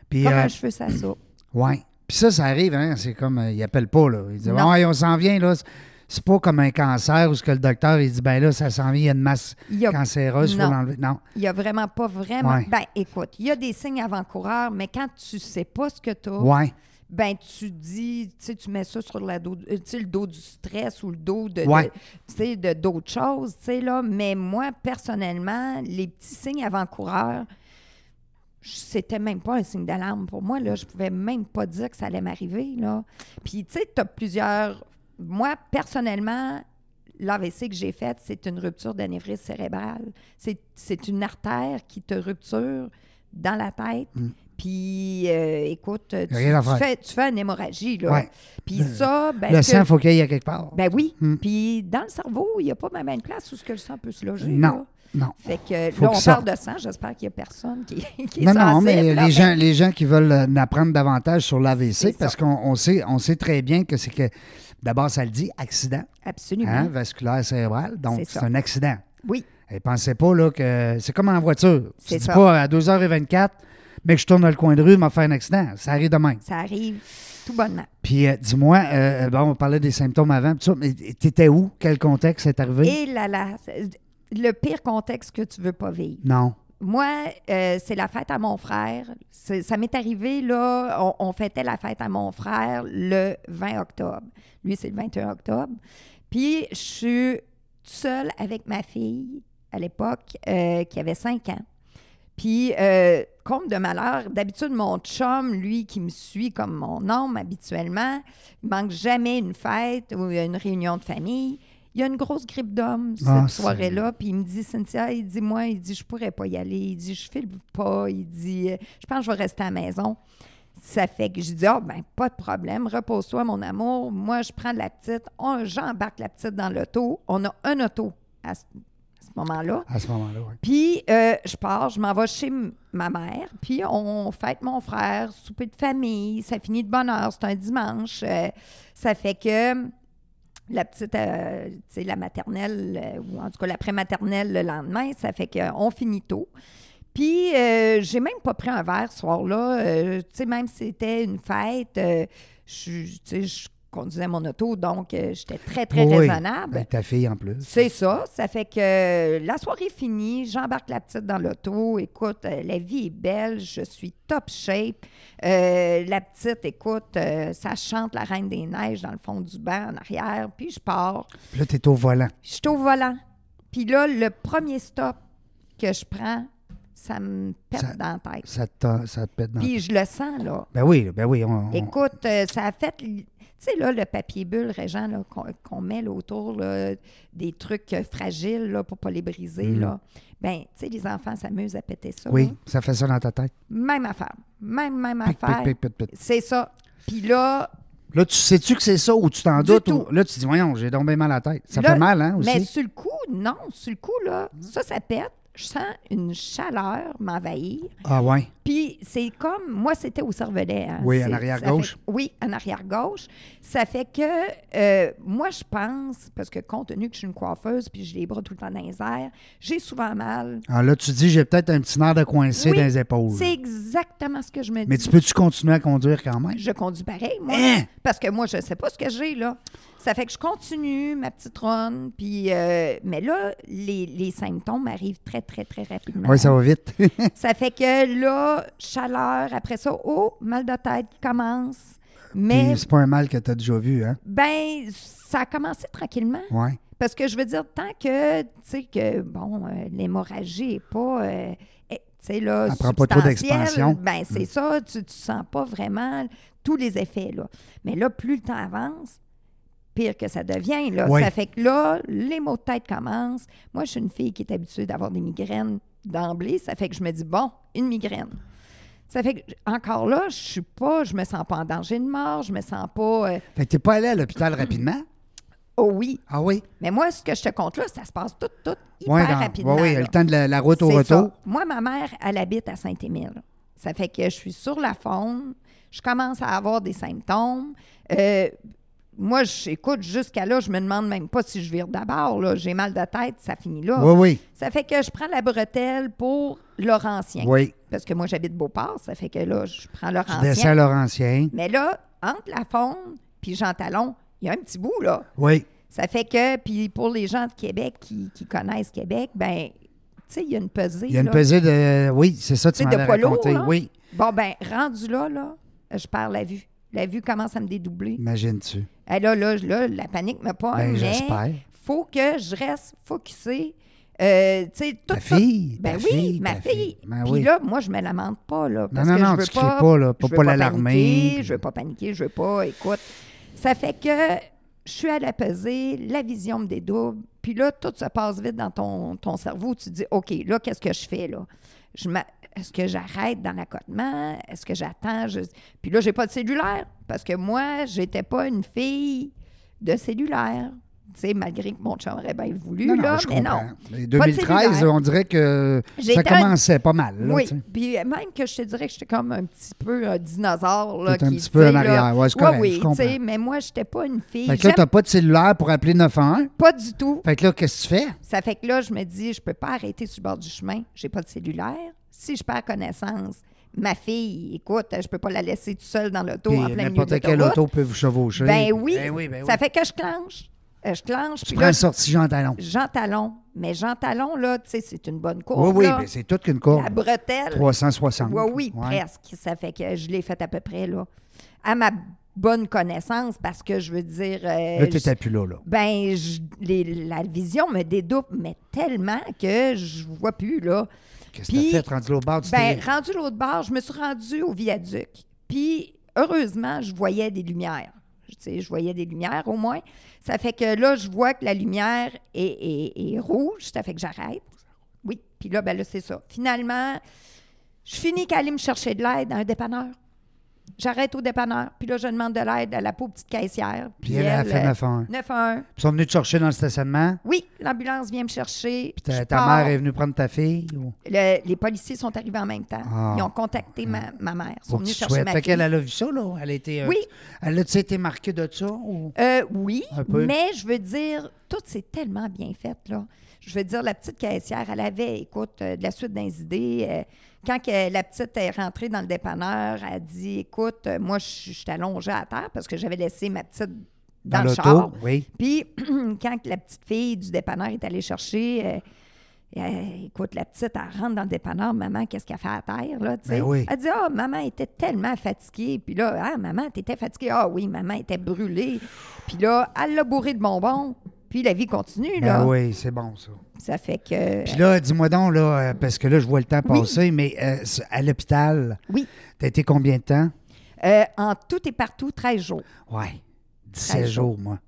Puis, Comme euh, un cheveu, ça saute. Oui. Puis ça, ça arrive, hein? C'est comme, euh, ils appellent pas, là. Ils disent, Non. ouais, on s'en vient, là. C'est- C'est pas comme un cancer où ce que le docteur, il dit, ben là, ça s'en vient, il y a une masse Il y a- cancéreuse, il faut Non. l'enlever. Non. Il n'y a vraiment pas vraiment. Ouais. Ben, écoute, il y a des signes avant-coureurs, mais quand tu sais pas ce que tu as, Ouais. ben tu dis, tu sais, tu mets ça sur la dos, euh, tu sais, le dos du stress ou le dos de, de- Ouais. tu sais, de- d'autres choses, tu sais, là. Mais moi, personnellement, les petits signes avant-coureurs, je- c'était même pas un signe d'alarme pour moi, là. Je pouvais même pas dire que ça allait m'arriver, là. Puis, tu sais, tu as plusieurs... Moi, personnellement, l'AVC que j'ai faite, c'est une rupture d'anévrisme cérébrale. C'est- C'est une artère qui te rupture dans la tête. Puis, euh, écoute, tu, Hmm. Rien à tu faire. fais, tu fais une hémorragie, là. Ouais. Puis ça, ben, le que- sang, Hmm. faut qu'il y ait quelque part. ben oui. Puis dans le cerveau, il n'y a pas ma même place où ce que le sang peut se loger. non. là. Non. Fait que Faut qu'il là, on sorte. parle de sang. J'espère qu'il n'y a personne qui, qui est Non, non, sensible, mais euh, là, les gens, les gens qui veulent euh, en apprendre davantage sur l'AVC, C'est ça. parce qu'on on sait, on sait très bien que c'est que, d'abord, ça le dit, accident Ben, Absolument. hein, vasculaire cérébral. Donc, Mm-hmm. C'est c'est ça. un accident. Oui. Et pensez pas là, que c'est comme en voiture. Tu C'est dis euh, ça. pas à 2h24, mais que je tourne dans le coin de rue, m'a fait un accident. Ça arrive demain. Ça arrive. tout bonnement. Puis euh, dis-moi, euh, bon, on parlait des symptômes avant, pis ça, mais t'étais où? Quel contexte est arrivé? Et là là, c'est- le pire contexte que tu veux pas vivre. Non. Moi, euh, c'est la fête à mon frère. C'est- Ça m'est arrivé, là, on, on fêtait la fête à mon frère le 20 octobre. Lui, c'est le 21 octobre. Puis, je suis toute seule avec ma fille, à l'époque, euh, qui avait 5 ans. Puis, euh, compte de malheur, d'habitude, mon chum, lui, qui me suit comme mon homme habituellement, il manque jamais une fête ou une réunion de famille. Il y a une grosse grippe d'hommes cette Ah, soirée-là. Puis, il me dit, Cynthia, il dit, moi, il dit, je pourrais pas y aller. Il dit, je file pas. Il dit, euh, je pense que je vais rester à la maison. Ça fait que je dis, ah, ben, pas de problème, repose-toi, mon amour. Moi, je prends de la petite, on- j'embarque la petite dans l'auto. On a un auto à ce- à ce moment-là. À ce moment-là, oui. Puis, euh, je pars, je m'en vais chez m- ma mère, puis on fête mon frère, souper de famille, ça finit de bonne heure, c'est un dimanche. euh, ça fait que la petite, euh, tu sais, la maternelle, euh, ou en tout cas l'après-maternelle le lendemain, ça fait qu'on finit tôt. Puis, euh, j'ai même pas pris un verre ce soir-là. euh, tu sais, même si c'était une fête, euh, je, tu sais, je conduisais mon auto, donc euh, j'étais très, très Oui, raisonnable. Avec ta fille en plus. Ah, ben. C'est ça. Ça fait que euh, la soirée est finie, j'embarque la petite dans l'auto. Écoute, euh, la vie est belle, je suis top shape. Euh, la petite, écoute, euh, ça chante la Reine des Neiges dans le fond du banc en arrière. Puis je pars. Puis là, t'es au volant. Je suis au volant. Puis là, le premier stop que je prends, ça me pète Ça- dans la tête. Ça te, ça te pète dans Puis je le sens, là. Ben oui, ben oui. On, on- Écoute, euh, ça a fait. Tu sais, là, le papier bulle, Régent, là, qu'on qu'on met là, autour là, des trucs euh, fragiles là, pour ne pas les briser, là. Ben, tu sais, les enfants s'amusent à péter ça. là. Mm. Oui, ça fait ça dans ta tête. Même affaire. Même, même Pic, pic, affaire. pic, pic, pic. C'est ça. Puis là, Là, tu sais-tu que c'est ça ou tu t'en Du doutes? tout. Ou, là, tu dis, voyons, j'ai donc bien mal à la tête. Ça Là, fait mal, hein, aussi? Mm. Mais sur le coup, non. Sur le coup, là, ça, ça pète. Je sens une chaleur m'envahir. Ah ouais. Puis c'est comme, moi, c'était au cervelet. hein. Oui, en C'est- arrière-gauche. ça fait- Oui, en arrière-gauche. Ça fait que, euh, moi, je pense, parce que compte tenu que je suis une coiffeuse puis j'ai les bras tout le temps dans les airs, j'ai souvent mal. Alors Ah, là, tu dis, j'ai peut-être un petit nerf de coincé Oui, dans les épaules. C'est exactement ce que je me Mais dis. tu peux-tu continuer à conduire quand même? Je conduis pareil, moi. Hein? Parce que moi, je ne sais pas ce que j'ai, là. Ça fait que je continue ma petite run. Puis, euh, mais là, les, les symptômes arrivent très, très, très rapidement. Oui, ça va vite. Ça fait que là, chaleur, après ça, oh, mal de tête qui commence. Mais Puis c'est pas un mal que tu as déjà vu, hein? ben, ça a commencé tranquillement. Ouais. Parce que je veux dire, tant que, tu sais, que, bon, euh, l'hémorragie n'est pas, euh, eh, tu sais, là, Elle prend pas trop substantielle, d'expansion. Mm. Ben, c'est ça, tu ne sens pas vraiment tous les effets, là. Mais là, plus le temps avance, pire que ça devient, là. Oui. Ça fait que là, les maux de tête commencent. Moi, je suis une fille qui est habituée d'avoir des migraines d'emblée. Ça fait que je me dis, bon, une migraine. Ça fait que, encore là, je suis pas, je me sens pas en danger de mort, je me sens pas... euh, Fait que t'es pas allé à l'hôpital rapidement? oh oui, Ah oui? mais moi, ce que je te compte là, ça se passe tout, tout hyper Ouais, dans- rapidement. ouais, oui, là. le temps de la, la route au C'est retour. ça. Moi, ma mère, elle habite à Saint-Émile. Ça fait que je suis sur la faune, je commence à avoir des symptômes. Euh, moi, je- écoute, jusqu'à là, je me demande même pas si je vire d'abord. là. J'ai mal de tête, ça finit là. Oui, oui. Ça fait que je prends la bretelle pour Laurentien. Oui. Parce que moi, j'habite Beauport, ça fait que là, je prends Tu Laurentien. descends à Laurentien. Mais là, entre la faune puis Jean Talon, il y a un petit bout, là. Oui. Ça fait que, puis pour les gens de Québec qui, qui connaissent Québec, ben, tu sais, il y a une pesée. Il y a une là. pesée de. Oui, c'est ça, tu Tu sais, m'en de avais poids lourd, raconté. là. Oui. Bon, ben, rendu là, là, je perds la vue. La vue commence à me dédoubler. Imagines-tu? Eh, là, là, là, la panique me pogne. Ben, mais j'espère. faut que je reste focusée. Euh, tu sais, Ta tout- tout- fille, Ben ta oui, fille, ma ta fille. fille. Ben Puis oui. là, moi, je me lamente pas, là. Parce non, que non, je veux tu cries pas, là, pour je veux pas l'alarmer, paniquer, puis- Je veux pas paniquer, je veux pas. Écoute, ça fait que je suis à la pesée, la vision me dédouble. Puis là, tout se passe vite dans ton, ton cerveau. Tu dis, OK, là, qu'est-ce que je fais, là? Je m'a- Est-ce que j'arrête dans l'accotement? Est-ce que j'attends? Je- Puis là, j'ai pas de cellulaire. Parce que moi, j'étais pas une fille de cellulaire. Tu sais, malgré que mon chum aurait bien voulu, Non, non, là, je mais comprends. non. Mais Pas de 2013, cellulaire. on dirait que ça J'étais un- commençait pas mal. Là, oui, tu sais. puis même que je te dirais que j'étais comme un petit peu un dinosaure. Là, T'es un qui, petit peu tu en sais, là, arrière. Ouais, c'est correct, je oui, tu sais, comprends. mais moi, j'étais pas une fille. Fait que là, J'aime t'as pas de cellulaire pour appeler 911. pas du tout. Fait que là, qu'est-ce que tu fais? Ça fait que là, je me dis, je peux pas arrêter sur le bord du chemin. J'ai pas de cellulaire. Si je perds connaissance, Ma fille, écoute, je peux pas la laisser toute seule dans l'auto Puis en plein milieu de n'importe quelle auto peut vous chevaucher. Ben oui, Ben oui, ben oui. ça fait que je clenche. Euh, Je clenche, Tu puis prends là, une sortie Jean Talon. Jean Talon. Mais Jean Talon, là, tu sais, c'est une bonne Oui, courbe. oui, là. mais c'est toute qu'une courbe. La bretelle. 360. Oui, oui, Ouais. presque. Ça fait que je l'ai faite à peu près, là. À ma bonne connaissance, parce que je veux dire. euh, Là, je- t'étais plus là, là. ben, je- les- la vision me dédouble, mais tellement que je vois plus, là. Qu'est-ce que t'as Puis, fait? Rendu là au bord du Ben, terrain? rendu l'autre bord, je me suis rendue au viaduc. Puis, heureusement, je voyais des lumières. Je, tu sais, je voyais des lumières au moins. Ça fait que là, je vois que la lumière est, est- est rouge. Ça fait que j'arrête. Oui. Puis là, ben là, c'est ça. Finalement, je finis qu'à aller me chercher de l'aide à un dépanneur. J'arrête au dépanneur. Puis là, je demande de l'aide à la pauvre petite caissière. Puis elle, elle a fait euh, 911. 911. Ils sont venus te chercher dans le stationnement. Oui, l'ambulance vient me chercher. puis Ta, Je ta pars. mère est venue prendre ta fille. ou- Le- les policiers sont arrivés en même temps. Ah. Mm. Ils ont contacté ma, ma mère. Ils sont Faut que venus tu chercher souhaites. ma Fait fille. qu'elle elle a vu ça, là. Elle a été. euh, Oui. Elle a-tu été marquée de ça? ou- Euh, oui, Un peu. mais je veux dire, tout c'est tellement bien fait, là. Je veux dire, la petite caissière, elle avait, écoute, euh, de la suite des idées. euh, quand que la petite est rentrée dans le dépanneur, elle a dit, écoute, euh, moi, je suis je suis allongée à terre parce que j'avais laissé ma petite dans, le l'auto, char. oui. Puis, quand que la petite fille du dépanneur est allée chercher, euh, euh, écoute, la petite, elle rentre dans le dépanneur, maman, qu'est-ce qu'elle fait à terre, là, tu sais? Ben oui. Elle dit, ah, maman était tellement fatiguée. Puis là, ah, maman, t'étais fatiguée. Ah oui, maman était brûlée. Puis là, elle l'a bourrée de bonbons. Puis la vie continue, là. Ben. Ben oui, c'est bon, ça. Ça fait que... Puis là, dis-moi donc, là, euh, parce que là, je vois le temps passer, mais euh, s- à l'hôpital, oui. t'as été combien de temps? Euh, en tout et partout, 13 jours. Ouais. 17 13 jours, moi.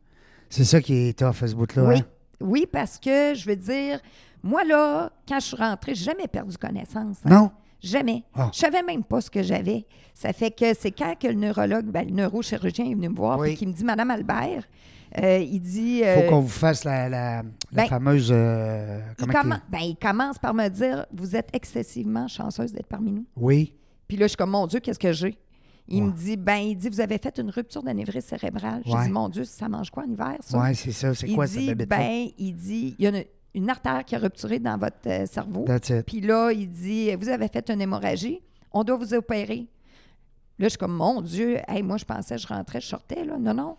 C'est ça qui est tough, ce bout-là. Oui. hein? Oui, parce que, je veux dire, moi, là, quand je suis rentrée, j'ai jamais perdu connaissance. hein. Non? Jamais. Ah. Je savais même pas ce que j'avais. Ça fait que c'est quand que le neurologue, ben, le neurochirurgien est venu me voir Oui. et qui me dit Madame Albert, euh, il dit. Faut euh, qu'on vous fasse la, la, la ben, fameuse. euh, il, comment commen- qu'il- ben, il commence par me dire Vous êtes excessivement chanceuse d'être parmi nous. Oui. Puis là, je suis comme Mon Dieu, qu'est-ce que j'ai Il Ouais. me dit Ben, il dit Vous avez fait une rupture d'anévrisme cérébrale. J'ai Ouais. dit Mon Dieu, ça mange quoi en hiver, ça Oui, c'est ça. C'est Il quoi, dit cette bébête Ben, il dit Il y a une, une artère qui a rupturé dans votre euh, cerveau. That's it. Puis là, il dit Vous avez fait une hémorragie, on doit vous opérer. Là, je suis comme Mon Dieu, hey, moi, je pensais, je rentrais, je sortais. Là. Non, non,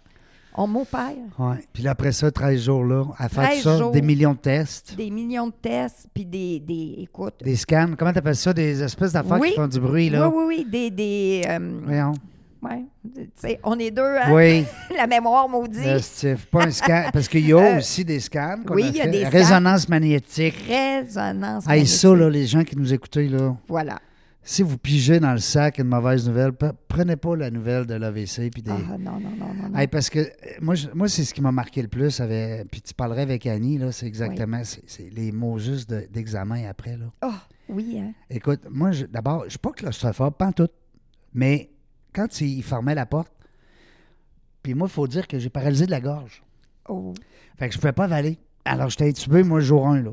on m'opère. Ouais. Puis là, après ça, 13 jours, là, à faire 13 ça, jours. des millions de tests, Des millions de tests, puis des, des. Écoute. des scans. Comment t'appelles ça? Des espèces d'affaires Oui. qui font du bruit, là. Oui, oui, oui, des. des euh, Voyons. ouais, tu sais, on est deux, hein? Oui. La mémoire maudite. Le stiff. Euh, Pas un scan. Parce qu'il y a aussi des scans. qu'on Euh, oui, a il y a fait. des scans. Résonance magnétique. Résonance. Hey, magnétique. ça, là, les gens qui nous écoutaient, là, Voilà. si vous pigez dans le sac une mauvaise nouvelle, pe- prenez pas la nouvelle de l'AVC. Puis des... Ah, non, non, non, non. non. Hey, parce que euh, moi, je- moi c'est ce qui m'a marqué le plus. Avec, puis tu parlerais avec Annie, là, c'est exactement c'est- c'est les mots juste de- d'examen après. Là. Ah, oui, hein? Écoute, moi, je- d'abord, je suis pas claustrophobe, pas en tout. Mais quand il fermait la porte, puis moi, il faut dire que j'ai paralysé de la gorge. Oh, Fait que je pouvais pas avaler. Alors, j'étais intubé, moi, le jour 1, là.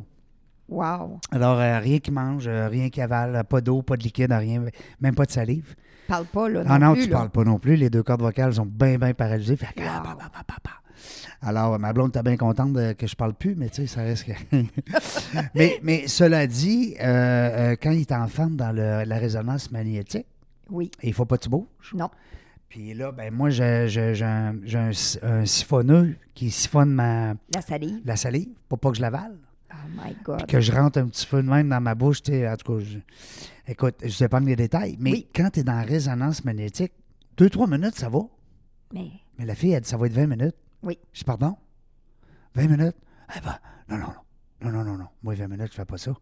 wow. Alors, euh, rien qui mange, euh, rien qui avale, pas d'eau, pas de liquide, rien, même pas de salive. Parle pas, là. Non, non, Ah non, plus, tu là. parles pas non plus. Les deux cordes vocales sont bien, bien paralysées. Fait que, ah, Wow. bah, bah, bah, bah, bah. Alors, ma blonde était bien contente de- que je parle plus, mais tu sais, ça reste que. mais, mais cela dit, euh, euh, quand il t'enferme dans le- la résonance magnétique, Oui. il faut pas que tu bouges. Non. Puis là, ben moi, j'ai j'ai- j'ai un, j'ai un si- un siphonneux qui siphonne ma, La salive. la salive pour pas que je l'avale. Oh my God. Que je rentre un petit peu de même dans ma bouche, tu sais, en tout cas, je... écoute, je sais pas les détails, mais Oui. quand tu es dans la résonance magnétique, deux, trois minutes, ça va. Mais Mais la fille, elle dit, ça va être 20 minutes. oui. Je dis, pardon? 20 minutes? Elle va, non, non, non. Non, non, non, non. Moi, 20 minutes, je fais pas ça.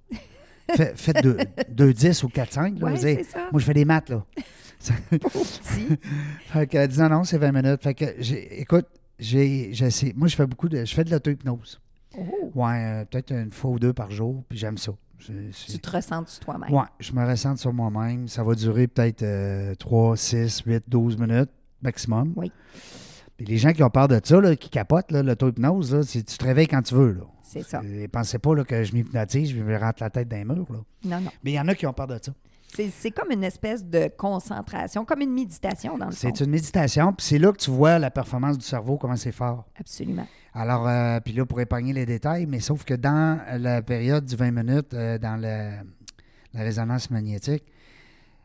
Fais- Faites 2, 10 ou 4, 5. Ouais, c'est ça. Moi, je fais des maths, là. Ça- Petit. fait qu'elle dit, non, non, c'est 20 minutes. Fait que, j'ai- écoute, j'ai, j'essaie- moi, je fais beaucoup de, je fais de l'auto-hypnose. Oh. Ouais, euh, peut-être une fois ou deux par jour, puis j'aime ça. Je- c'est- Tu te ressens tu toi-même. Ouais, je me ressens sur moi-même. Ça va durer peut-être euh, 3, 6, 8, 12 minutes maximum. Oui. Puis les gens qui ont peur de ça, là, qui capotent, là, l'auto-hypnose, là, c'est tu te réveilles quand tu veux. Là. C'est ça. Et pensez pas là, que je m'hypnotise, je me rentre la tête dans les murs. Là. Non, non. Mais il y en a qui ont peur de ça. C'est c'est comme une espèce de concentration, comme une méditation dans le fond. C'est une méditation, puis c'est là que tu vois la performance du cerveau, comment c'est fort. Absolument. Alors, euh, puis là, pour épargner les détails, mais sauf que dans la période du 20 minutes, euh, dans le- la résonance magnétique,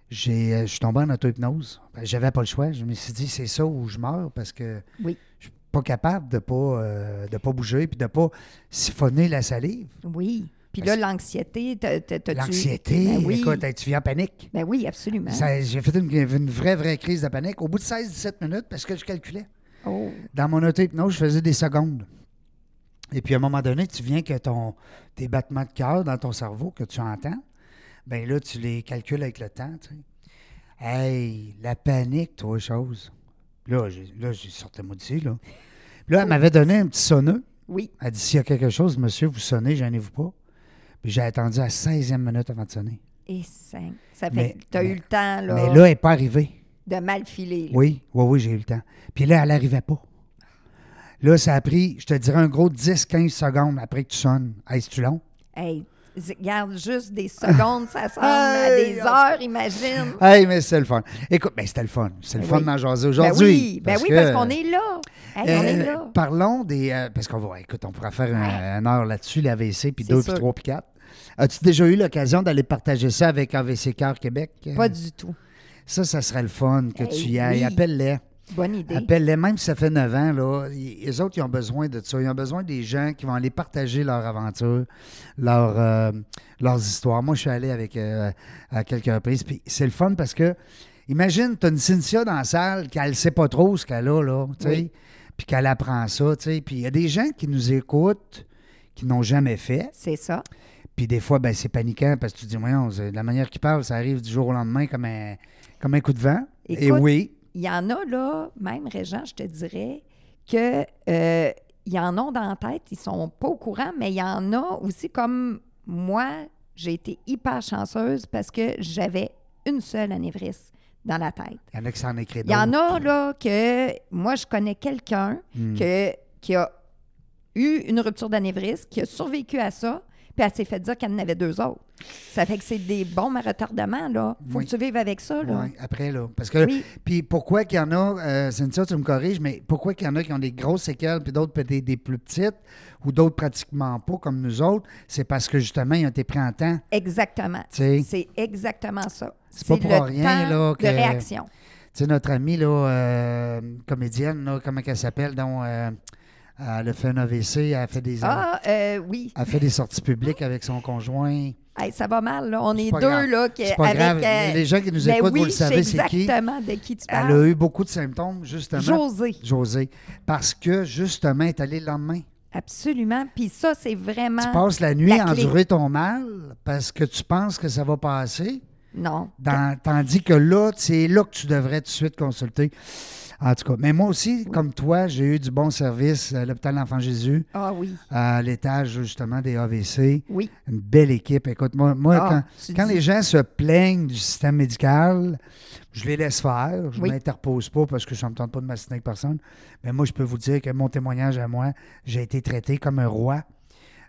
j'ai, euh, je suis tombé en auto-hypnose. Ben, J'avais pas le choix. Je me suis dit, c'est ça où je meurs parce que Oui. je suis pas capable de pas, euh, de pas bouger puis de pas siphonner la salive. Oui. Puis Ben, là, l'anxiété, t'as- t'as- t'as-tu- L'anxiété, Ben oui. écoute, hey, tu viens en panique. Ben oui, absolument. Ça- J'ai fait une, une vraie, vraie crise de panique au bout de 16-17 minutes parce que je calculais. Oh. Dans mon auto-hypnose, je faisais des secondes. Et puis, à un moment donné, tu viens que ton, tes battements de cœur dans ton cerveau que tu entends, ben là, tu les calcules avec le temps. tu sais. Hey, la panique, toi, chose. Là, j'ai là, j'ai sorti mon d'ici. Là. Puis là, elle m'avait donné un petit sonneux. Oui. Elle dit s'il y a quelque chose, monsieur, vous sonnez, gênez-vous pas. Puis j'ai attendu à la 16e minute avant de sonner. Et cinq. Ça Mais- fait que t'as mais- eu le temps, là, Mais là, elle n'est pas arrivée. de mal filer. là. Oui, oui, oui, j'ai eu le temps. Puis là, elle n'arrivait pas. Là, ça a pris, je te dirais, un gros 10-15 secondes après que tu sonnes. Hey, c'est-tu long? Hey, z- garde juste des secondes, ça semble à Hey, des on- heures, imagine. Hey, mais c'était le fun. Écoute, ben, c'était le fun. C'est le Ben fun oui. d'en jaser Ben aujourd'hui. oui, ben oui, parce qu'on est là. Hey, on est Euh, là. Parlons des. euh, parce qu'on va. Écoute, on pourra faire un, un heure là-dessus, l'AVC, puis C'est deux, puis sûr. trois, puis quatre. As-tu déjà eu l'occasion d'aller partager ça avec AVC Cœur Québec? Pas du tout. Ça, ça serait le fun que Hey, tu y ailles. oui. Appelle-les. Bonne idée. Appelle-les, même si ça fait 9 ans, là, y- les autres, ils ont besoin de ça. Ils ont besoin des gens qui vont aller partager leur aventure, leur, euh, leurs histoires. Moi, je suis allé avec euh, à quelques reprises. Puis c'est le fun parce que, imagine, tu as une Cynthia dans la salle qu'elle ne sait pas trop ce qu'elle a, là, tu sais, Oui. puis qu'elle apprend ça, tu sais. Puis il y a des gens qui nous écoutent qui n'ont jamais fait. C'est ça. Puis des fois, ben, c'est paniquant parce que tu te dis, voyons, c'est- de la manière qu'ils parlent, ça arrive du jour au lendemain comme un, comme un coup de vent. Et Écoute, oui. Il y en a, là, même Régent, je te dirais, que euh, y en ont dans la tête, ils sont pas au courant, mais il y en a aussi comme moi, j'ai été hyper chanceuse parce que j'avais une seule anévrisse dans la tête. Il y en a qui s'en écrivent. Il y en a, là, que moi, je connais quelqu'un Hmm. que- qui a eu une rupture d'anévrisme, qui a survécu à ça, puis elle s'est fait dire qu'elle en avait deux autres. Ça fait que c'est des bombes à retardement, là. Faut Oui. que tu vives avec ça, là. Oui, après, là. Parce que, Oui. puis pourquoi qu'il y en a, euh, Cynthia, tu me corriges, mais pourquoi qu'il y en a qui ont des grosses séquelles, puis d'autres peut-être des plus petites, ou d'autres pratiquement pas, comme nous autres, c'est parce que justement, ils ont été pris en temps. Exactement. Tu sais. C'est exactement ça. C'est pas pour le rien, temps là, que- de réaction. Tu sais, notre amie, là, euh, comédienne, là, comment qu'elle s'appelle, donc, euh, elle a fait un AVC, elle a fait des, Ah, euh, oui. elle a fait des sorties publiques avec son conjoint. Hey, ça va mal, là. On C'est est, deux, pas grave. là, qui, C'est pas avec... grave. euh, Les gens qui nous ben écoutent, oui, vous le savez, je c'est sais qui. exactement de qui tu Elle parles. a eu beaucoup de symptômes, justement. José. José. Parce que, justement, elle est allée le lendemain. Absolument. Puis ça, c'est vraiment... Tu passes la nuit la à clé. endurer ton mal parce que tu penses que ça va passer, Non. dans- tandis que là, c'est là que tu devrais tout de suite consulter. En tout cas, mais moi aussi, comme toi, j'ai eu du bon service à l'hôpital l'Enfant Jésus, Ah oui. à l'étage justement des AVC. Oui. Une belle équipe. Écoute, moi, moi, Ah, quand, tu quand dis. les gens se plaignent du système médical, je les laisse faire. Je ne Oui. m'interpose pas parce que ça ne me tente pas de m'assiner avec personne. Mais moi, je peux vous dire que mon témoignage à moi, j'ai été traité comme un roi.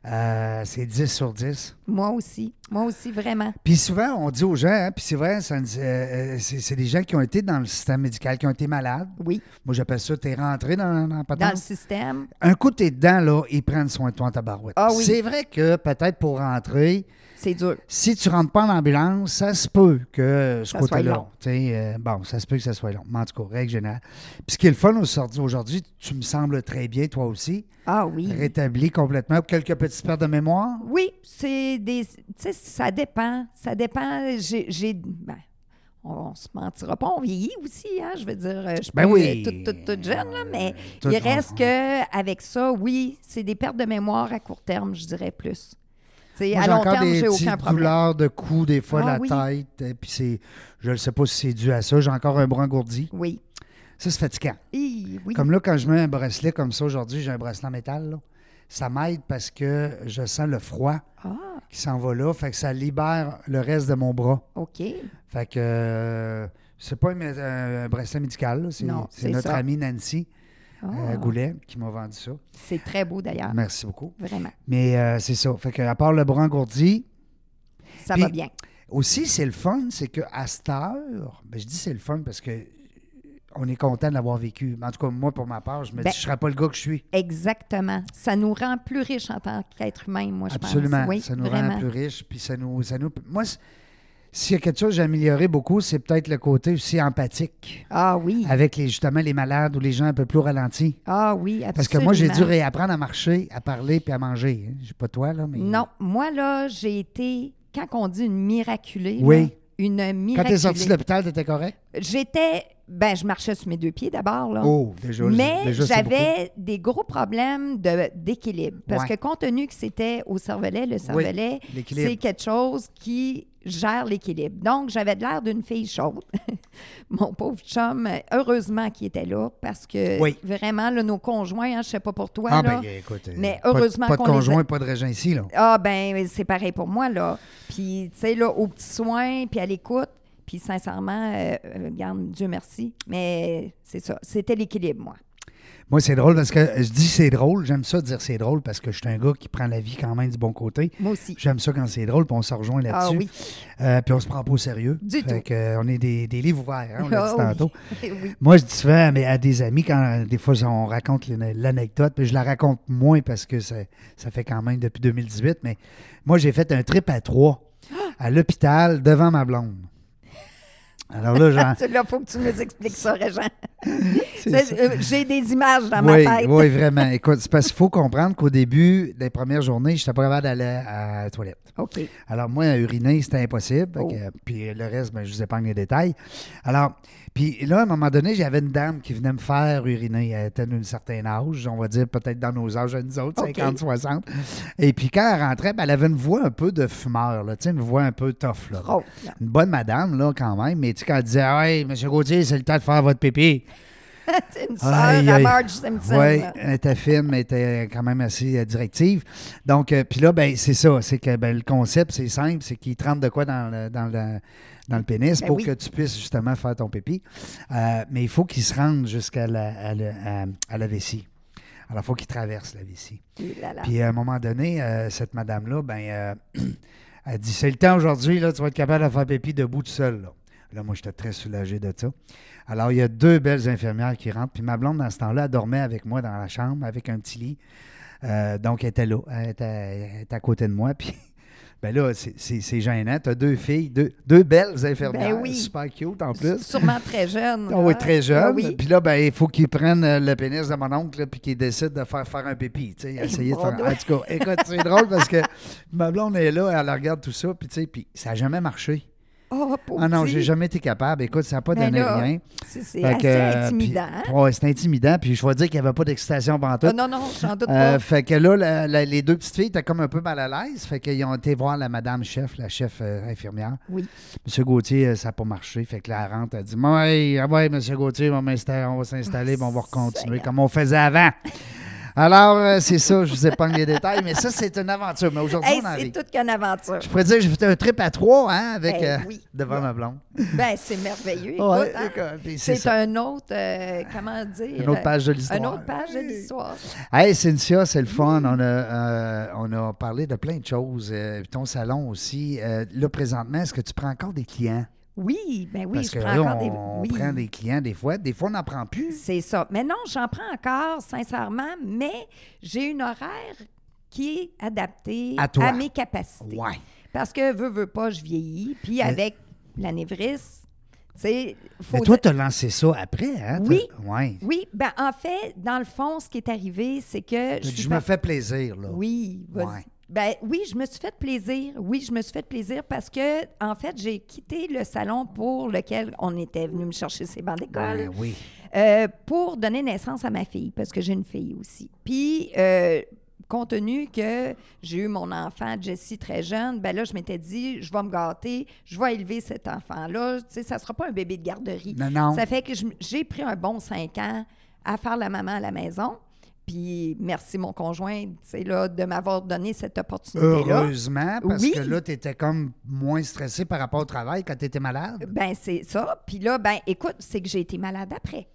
Euh, c'est 10 sur 10. Moi aussi. Moi aussi, vraiment. Puis souvent, on dit aux gens, hein, puis c'est vrai, ça nous- euh, euh, c'est c'est des gens qui ont été dans le système médical, qui ont été malades. Oui. Moi, j'appelle ça, t'es rentré dans, dans la patente. Dans le système. Un coup, t'es dedans, là, ils prennent soin de toi en tabarouette. Ah oui. C'est vrai que peut-être pour rentrer, C'est dur. si tu rentres pas en ambulance, ça se peut que ce Ça soit côté-là. long. tu sais, euh, bon, ça se peut que ça soit long. Mais en tout cas, règle générale. Puis ce qui est le fun aujourd'hui- aujourd'hui, tu me sembles très bien, toi aussi, Ah oui. rétabli complètement. Quelques petites pertes de mémoire. Oui, c'est des. Tu sais, ça dépend. Ça dépend. J'ai. j'ai- ben, on, on se mentira pas. On vieillit aussi, hein. Je veux dire, euh, je suis Ben pas, oui. euh, toute, toute, toute jeune, là, mais Tout- il on- reste que avec ça, oui, c'est des pertes de mémoire à court terme, je dirais plus. Tu sais, Moi, à j'ai long encore terme, des j'ai petites aucun problème. douleurs de cou, des fois, Ah la oui. tête. Et puis c'est, je ne sais pas si c'est dû à ça. J'ai encore un bras engourdi. Oui. Ça, c'est fatigant. Hi, oui. Comme là, quand je mets un bracelet comme ça aujourd'hui, j'ai un bracelet en métal. là. Ça m'aide parce que je sens le froid Ah, qui s'en va là. Fait que ça libère le reste de mon bras. OK. Fait que euh, c'est pas un, mé- un- un bracelet médical. là. C'est, Non, c'est c'est notre ça. amie Nancy Ah, euh, Goulet qui m'a vendu ça. c'est très beau d'ailleurs. Merci beaucoup. Vraiment. Mais euh, c'est ça. Fait que à part le bras engourdi, Ça Puis- va bien. Aussi, c'est le fun, c'est qu'à cette heure, ben, je dis c'est le fun parce que on est content de l'avoir vécu. En tout cas, moi, pour ma part, je me Ben, dis, je ne serais pas le gars que je suis. Exactement. Ça nous rend plus riches en tant qu'être humain, moi, je pense. Absolument. Oui, ça nous vraiment. rend plus riches. Puis ça nous, ça nous, moi, c- S'il y a quelque chose que j'ai amélioré beaucoup, c'est peut-être le côté aussi empathique Ah oui. avec les, justement les malades ou les gens un peu plus ralentis. Ah oui, absolument. Parce que moi, j'ai dû réapprendre à marcher, à parler puis à manger. hein. J'ai pas toi, là, mais. Non, moi, là, j'ai été. Quand on dit une miraculée. Oui. là, une Quand miraculée. t'es sorti de l'hôpital, t'étais correct? J'étais. Ben, je marchais sur mes deux pieds d'abord, là. Oh, déjà. Mais déjà, c'est beaucoup. j'avais des gros problèmes de- d'équilibre. Parce Ouais. que compte tenu que c'était au cervelet, le cervelet, l'équilibre. c'est quelque chose qui gère l'équilibre. Donc, j'avais de l'air d'une fille chaude. Mon pauvre chum, heureusement qu'il était là, parce que Oui. vraiment, là, nos conjoints, hein, je sais pas pour toi, Ah, là, ben, écoute. euh, mais pas de- heureusement Pas, qu'on de les a- conjoint, pas de régent ici, là. ah ben c'est pareil pour moi là. Puis tu sais là aux petits soins, puis à l'écoute, puis sincèrement, euh, euh, regarde, Dieu merci, mais c'est ça, c'était l'équilibre moi. Moi, c'est drôle parce que euh, je dis c'est drôle. J'aime ça dire c'est drôle parce que je suis un gars qui prend la vie quand même du bon côté. Moi aussi. J'aime ça quand c'est drôle, puis on se rejoint là-dessus. Ah oui. Euh, puis on se prend pas au sérieux. Du Fait tout. que, euh, on est des, des livres ouverts, hein, on l'a Ah dit oui. tantôt. oui. Moi, je dis souvent à, mes- à des amis, quand des fois on raconte l'an- l'anecdote, puis je la raconte moins parce que ça, ça fait quand même depuis 2018, mais moi, j'ai fait un trip à trois Ah! à l'hôpital devant ma blonde. Alors là, genre. Là, faut que tu nous expliques ça, Régent. c'est ça. Euh, J'ai des images dans oui, ma tête. oui, vraiment. Écoute, c'est parce qu'il faut comprendre qu'au début des premières journées, j'étais pas capable d'aller à la toilette. OK. Alors, moi, uriner, c'était impossible. Fait Oh. que, puis le reste, ben, je vous épargne les détails. Alors, puis là, à un moment donné, j'avais une dame qui venait me faire uriner. Elle était d'un certain âge, on va dire peut-être dans nos âges à nous autres, OK. 50, 60. Et puis quand elle rentrait, ben, elle avait une voix un peu de fumeur, là, tu sais, une voix un peu tough. Là. Oh, là. Une bonne madame, là, quand même. Mais tu sais, quand elle disait « Hey, M. Gauthier, c'est le temps de faire votre pipi. » C'est une sœur Aïe, à aïe. Marge Simpson. Oui, là. elle était fine, mais elle était quand même assez euh, directive. Donc, euh, puis là, ben, c'est ça. C'est que ben, le concept, c'est simple, c'est qu'il te rentre de quoi dans le, dans le, dans le pénis Ben pour oui. que tu puisses justement faire ton pipi. Euh, mais il faut qu'il se rende jusqu'à la, à la- à- à la vessie. Alors, il faut qu'il traverse la vessie. Et là, là. Puis à un moment donné, euh, cette madame-là, ben, euh, elle dit C'est le temps aujourd'hui, là, tu vas être capable de faire pipi debout tout seul. Là, Là, moi, j'étais très soulagé de ça. Alors, il y a deux belles infirmières qui rentrent. Puis ma blonde, dans ce temps-là, elle dormait avec moi dans la chambre, avec un petit lit. Euh, donc, elle était là. Elle était, elle était à côté de moi. Puis. Ben là, c'est- c'est c'est gênant. Tu as deux filles, deux, deux belles infirmières, oui. super cute en plus. Sûrement très jeune. Ah oui, là. très jeune. Ah oui. Puis là, ben, il faut qu'il prenne euh, le pénis de mon oncle là, puis qu'il décide de faire faire un pipi. tu sais, Essayer de mon faire... Dieu. En tout cas, écoute, c'est drôle parce que ma blonde est là, elle regarde tout ça, puis, tu sais, puis ça n'a jamais marché. Oh, pauvre Ah non, petit. j'ai jamais été capable. Écoute, ça n'a pas Ben donné là, rien. C'est c'est Fait assez que, euh, intimidant. puis- hein? ouais, c'est intimidant. Puis je vais dire qu'il n'y avait pas d'excitation pendant tout. Ah non, non, j'en doute Euh, pas. fait que là, la- la- les deux petites filles étaient comme un peu mal à l'aise. Fait qu'ils ont été voir la madame chef, la chef euh, infirmière. Oui. M. Gautier, euh, ça n'a pas marché. Fait que la rente a dit Bon, hey, ah ouais, M. Gauthier, on, m'insta- on va s'installer, puis on va continuer Seigneur. comme on faisait avant. Alors, euh, c'est ça, je vous épargne les détails, mais ça, c'est une aventure. Mais aujourd'hui, Hey, on en c'est rit. toute qu'une aventure. Je pourrais dire que j'ai fait un trip à trois, hein, avec, Eh euh, oui. devant Ouais. ma blonde. Ben, c'est merveilleux. Ouais, écoute, hein. écoute, puis c'est C'est ça. un autre, euh, comment dire? Une autre page de Une l'histoire. autre page de l'histoire. Hey, Cynthia, c'est le fun. On a, euh, on a parlé de plein de choses. Euh, ton salon aussi. Euh, là, présentement, est-ce que tu prends encore des clients? Oui, ben oui, Parce je que prends là, encore des... on, oui. prend des clients des fois. Des fois, on n'en prend plus. C'est ça. Mais non, j'en prends encore, sincèrement, mais j'ai une horaire qui est adaptée À toi. mes capacités. Ouais. Parce que, veux, veux pas, je vieillis. Puis avec l'anévrisme, tu sais, faut... Mais toi, tu as lancé ça après, hein? Oui. T'as- Ouais. Oui, ben en fait, dans le fond, ce qui est arrivé, c'est que... T'as dit, suis Je pas- me fais plaisir, là. Oui, vas-y. Ouais. Ben oui, je me suis fait plaisir. Oui, je me suis fait plaisir parce que, en fait, j'ai quitté le salon pour lequel on était venu me chercher ces bancs d'école Ben oui. euh, pour donner naissance à ma fille, parce que j'ai une fille aussi. Puis, euh, compte tenu que j'ai eu mon enfant, Jessie, très jeune, ben là, je m'étais dit, je vais me gâter, je vais élever cet enfant-là. Tu sais, ça ne sera pas un bébé de garderie. Non, non. Ça fait que je m- j'ai pris un bon cinq ans à faire la maman à la maison. Puis, merci, mon conjoint, tu sais, là, de m'avoir donné cette opportunité-là. Heureusement, parce Oui. que là, tu étais comme moins stressé par rapport au travail quand tu étais malade. Ben, c'est ça. Puis là, ben, écoute, c'est que j'ai été malade après.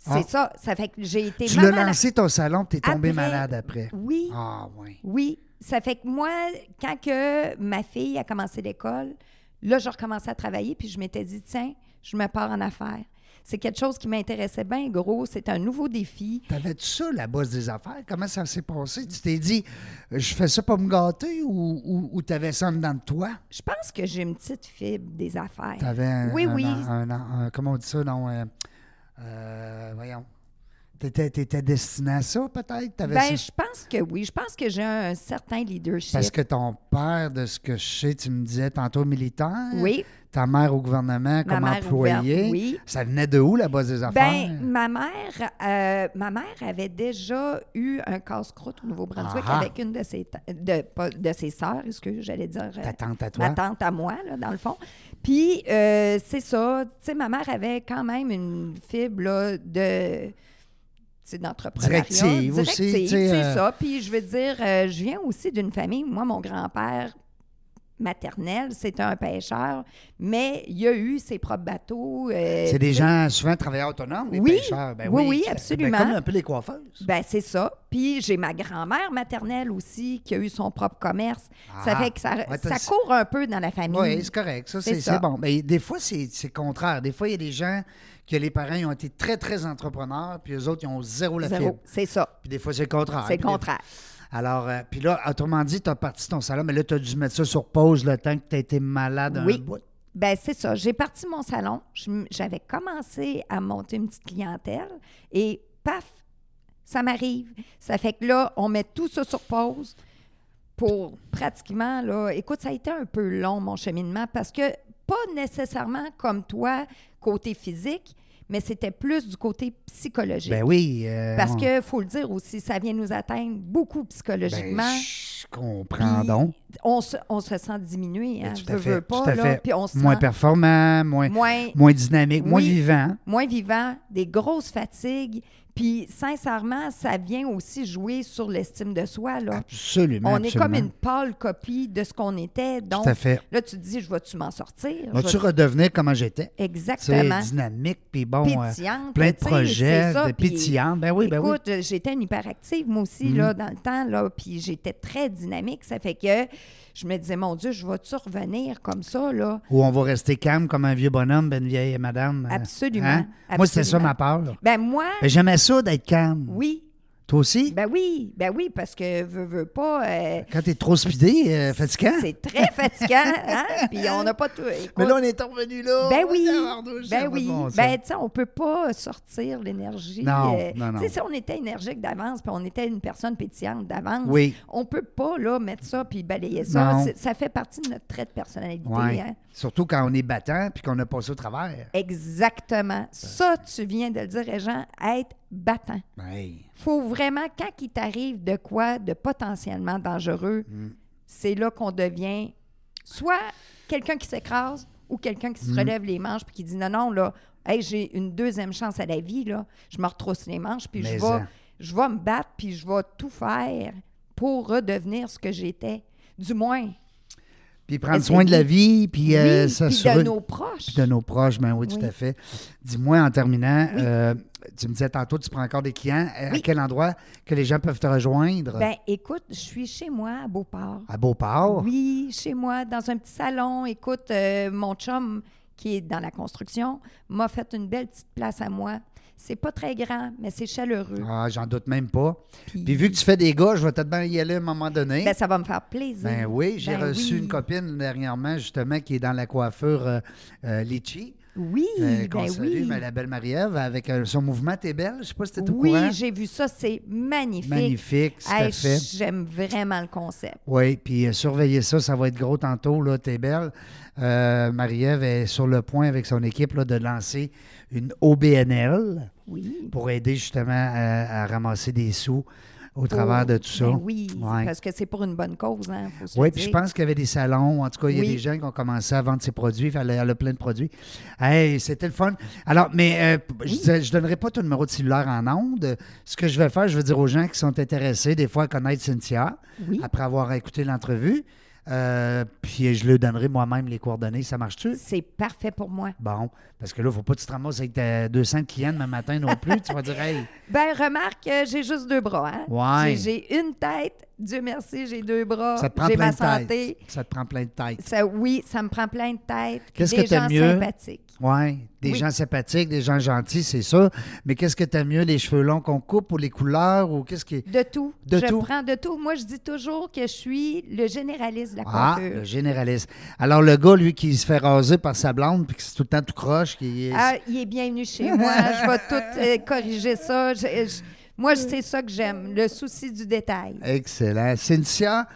C'est Ah. ça. Ça fait que j'ai été Tu l'as maman à- lancé ton salon, tu es tombé Après- malade après. Oui. Ah, oui. Oui, ça fait que moi, quand que ma fille a commencé l'école, là, je recommençais à travailler, puis je m'étais dit, tiens, je me pars en affaires. C'est quelque chose qui m'intéressait bien gros. C'est un nouveau défi. T'avais-tu ça, la bosse des affaires? Comment ça s'est passé? Tu t'es dit, je fais ça pour me gâter ou, ou, ou t'avais ça dans de toi? Je pense que j'ai une petite fibre des affaires. T'avais un, Oui, un- oui. un- un- un- comment on dit ça? Non, euh, euh, voyons. T'étais, t'étais destiné à ça, peut-être? T'avais ça? Ben, je pense que oui. Je pense que j'ai un certain leadership. Parce que ton père, de ce que je sais, tu me disais tantôt militaire. Oui. Ta mère au gouvernement comme mère employée. ouverte, oui. Ça venait de où, la base des affaires? Ben, ma mère, euh, ma mère avait déjà eu un casse-croûte au Nouveau-Brunswick Ah ah. avec une de ses, ta- de, pas- de ses sœurs, est-ce que j'allais dire. euh, Ta tante à toi. Ma tante à moi, là, dans le fond. Puis, euh, c'est ça. Tu sais, ma mère avait quand même une fibre là, de c'est d'entrepreneuriat. Directive aussi, tu sais, c'est euh, ça. Puis je veux dire, euh, je viens aussi d'une famille. Moi, mon grand-père maternel, c'est un pêcheur, mais il a eu ses propres bateaux. euh, c'est des gens souvent travailleurs autonomes, les Oui, pêcheurs. Ben oui, oui, tout à fait. Ben, absolument. comme un peu les coiffeuses. Ben, c'est ça. Puis j'ai ma grand-mère maternelle aussi qui a eu son propre commerce. Ah. ça fait que ça, Ouais, t'as- ça court un peu dans la famille. Oui, c'est correct. Ça, Ben C'est c'est ça. c'est bon. Mais des fois, c'est c'est contraire. Des fois, il y a des gens que les parents ils ont été très, très entrepreneurs, puis eux autres, ils ont zéro la Zéro. fibre. C'est ça. Puis des fois, c'est le contraire. C'est le Ah, Puis des- contraire. Alors, euh, puis là, autrement dit, tu as parti ton salon, mais là, tu as dû mettre ça sur pause le temps que tu as été malade un Oui. bout. Ben, c'est ça. J'ai parti mon salon. Je m- J'avais commencé à monter une petite clientèle et paf, ça m'arrive. Ça fait que là, on met tout ça sur pause pour pratiquement, là, écoute, ça a été un peu long, mon cheminement, parce que pas nécessairement comme toi, côté physique, mais c'était plus du côté psychologique. Ben oui. euh, parce on- que, faut le dire aussi, ça vient nous atteindre beaucoup psychologiquement. Ben, je comprends Puis donc. on se, on se sent diminué, hein, Ben, Tout veux, à fait. veux pas, tout à là, fait. puis on se moins sent performant, moins, moins moins dynamique, moins Oui. vivant. moins vivant, des grosses fatigues. Puis, sincèrement, ça vient aussi jouer sur l'estime de soi. Là. Absolument. On est absolument. comme une pâle copie de ce qu'on était. Donc, à fait. là, tu te dis, je vais-tu m'en sortir? Je Vas-tu vais- redevenir comment j'étais? Tu sais, Exactement. dynamique, puis bon, euh, Pétillante. plein de tu sais, projets, c'est ça, de puis- pétillant. Ben oui, ben oui. Mm. Écoute, j'étais une hyperactive, moi aussi, là, dans le temps, là, puis j'étais très dynamique. Ça fait que je me disais, mon Dieu, je vais-tu revenir comme ça, là? Ou on va rester calme comme un vieux bonhomme, ben une vieille madame. euh, Absolument, hein? Moi, c'était ça absolument. ma peur. Ben moi, Mais J'aimais ça d'être calme. oui. Toi aussi? Ben oui, ben oui, parce que veux, veux pas... euh, Quand t'es trop speedé, euh, fatigant. C'est très fatigant, hein? Puis on n'a pas tout. écoute, Mais là, on est revenu là. ben Oh, oui, tabarnouche, ça a ben pas de oui. bon sens. ben, tu sais, on peut pas sortir l'énergie. Non, euh, non, non. Tu sais, si on était énergique d'avance, puis on était une personne pétillante d'avance, Oui. on peut pas, là, mettre ça puis balayer ça. Non. C'est- Ça fait partie de notre trait de personnalité, Ouais. hein? Surtout quand on est battant puis qu'on a passé au travers. Exactement. Ça, tu viens de le dire, Réjean, être battant. Ouais. faut vraiment, quand il t'arrive de quoi de potentiellement dangereux, Mm. c'est là qu'on devient soit quelqu'un qui s'écrase ou quelqu'un qui se Mm. relève les manches puis qui dit non, non, là, hey, j'ai une deuxième chance à la vie, là. je me retrousse les manches puis je Mais hein. vais, en. je vais me battre puis je vais tout faire pour redevenir ce que j'étais. Du moins, Puis prendre Essayer. soin de la vie, puis euh, oui, puis s'assurer- de nos proches. puis de nos proches. Ben oui, tout Oui. à fait. Dis-moi en terminant, euh, tu me disais tantôt, tu prends encore des clients. À- À Oui. quel endroit que les gens peuvent te rejoindre? Ben, écoute, je suis chez moi à Beauport. à Beauport. Oui, chez moi, dans un petit salon. Écoute, euh, mon chum, qui est dans la construction, m'a fait une belle petite place à moi. C'est pas très grand, mais c'est chaleureux. Ah, j'en doute même pas. Puis- Puis vu que tu fais des gars, je vais peut-être bien y aller à un moment donné. Ben, ça va me faire plaisir. Ben oui, j'ai Ben reçu oui. une copine dernièrement, justement, qui est dans la coiffure euh, euh, Litchi. Oui, Euh, ben qu'on salue, oui. mais la belle Marie-Ève, avec euh, son mouvement T'es belle, je sais pas si t'es au Oui, courant. j'ai vu ça, c'est magnifique. Magnifique, tout à Hey, fait. J'aime vraiment le concept. Oui, puis euh, surveillez ça, ça va être gros tantôt, là, T'es belle. Euh, Marie-Ève est sur le point avec son équipe là, de lancer une OBNL Oui. pour aider justement à, à ramasser des sous au travers de tout ça. Ben oui, Ouais. parce que c'est pour une bonne cause, hein, faut se Oui, le puis je dire. pense qu'il y avait des salons. En tout cas, il y a Oui. des gens qui ont commencé à vendre ses produits. Elle a, elle a plein de produits. Hey, c'était le fun. Alors, mais euh, je disais- je ne donnerai pas ton numéro de cellulaire en ondes. Ce que je vais faire, je vais dire aux gens qui sont intéressés, des fois, à connaître Cynthia, Oui. après avoir écouté l'entrevue. Euh, puis je leur donnerai moi-même les coordonnées. Ça marche-tu? C'est parfait pour moi. Bon, parce que là, il ne faut pas que tu te ramasses avec ta 200 clients demain matin non plus. tu vas dire, hey, Ben, remarque, euh, j'ai juste deux bras. Hein? Ouais. J'ai j'ai une tête, Dieu merci, j'ai deux bras, Ça te prend Ah, j'ai plein ma de têtes. santé. Ça te prend plein de têtes. Ça, oui, ça me prend plein de têtes. Qu'est-ce des que t'aimes gens mieux? sympathiques. Ouais, des Oui. gens sympathiques, des gens gentils, c'est ça. Mais qu'est-ce que t'aimes mieux, les cheveux longs qu'on coupe ou les couleurs ou qu'est-ce qui. De tout. De je tout. prends de tout. Moi, je dis toujours que je suis le généraliste de la Ah, coiffure. le généraliste. Alors, le gars, lui, qui se fait raser par sa blonde puis qui c'est tout le temps tout croche, qui est. Ah, il est bienvenu chez moi. Je vais tout euh, corriger ça. Je- je- moi, je- c'est ça que j'aime, le souci du détail. Euh, Excellent. Cynthia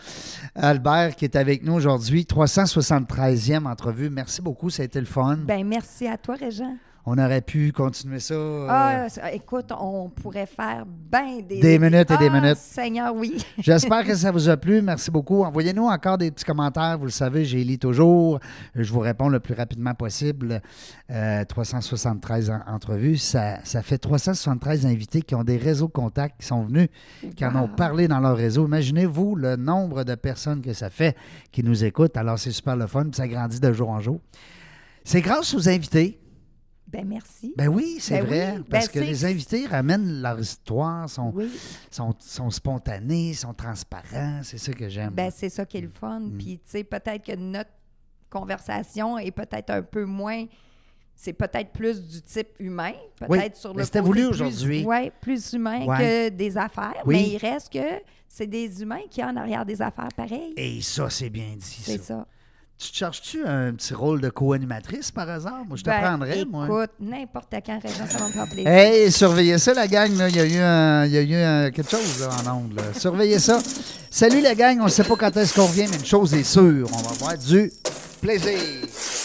Albert qui est avec nous aujourd'hui, 373e entrevue. Merci beaucoup, ça a été le fun. Ben merci à toi, Régent. On aurait pu continuer ça. euh, Ah, ça- écoute, on pourrait faire ben des... Des minutes et des Ah, minutes. Seigneur, oui. J'espère que ça vous a plu. Merci beaucoup. Envoyez-nous encore des petits commentaires. Vous le savez, j'ai lis toujours. Euh, Je vous réponds le plus rapidement possible. Euh, 373 en- entrevues. Ça, ça fait 373 invités qui ont des réseaux de contacts, qui sont venus, qui en ont parlé dans leur réseau. Imaginez-vous le nombre de personnes que ça fait qui nous écoutent. Alors, c'est super le fun. puis Ça grandit de jour en jour. C'est grâce aux invités. Ben merci. Ben oui, c'est Ben vrai. oui, parce ben que c'est- les invités ramènent leur histoire, sont, Oui. sont, sont spontanés, sont transparents. C'est ça que j'aime. Ben, c'est ça qui Mm. est le fun. Puis, tu sais, peut-être que notre conversation est peut-être un peu moins. C'est peut-être plus du type humain, peut-être Oui, sur mais le c'était voulu aujourd'hui. Oui, plus humain Ouais. que des affaires. Oui. Mais il reste que c'est des humains qui en arrière des affaires pareil. Et ça, c'est bien dit. C'est Ça. ça. Tu te cherches-tu un petit rôle de co-animatrice par hasard? Moi, je te Ben, prendrais, moi. Écoute, n'importe quand, Régent, ça va me faire plaisir. Hey, surveillez ça, la gang. là. Il y a eu, un- il y a eu un- quelque chose là, en ondes. là. Surveillez ça. Salut, la gang. On ne sait pas quand est-ce qu'on revient, mais une chose est sûre. On va avoir du plaisir.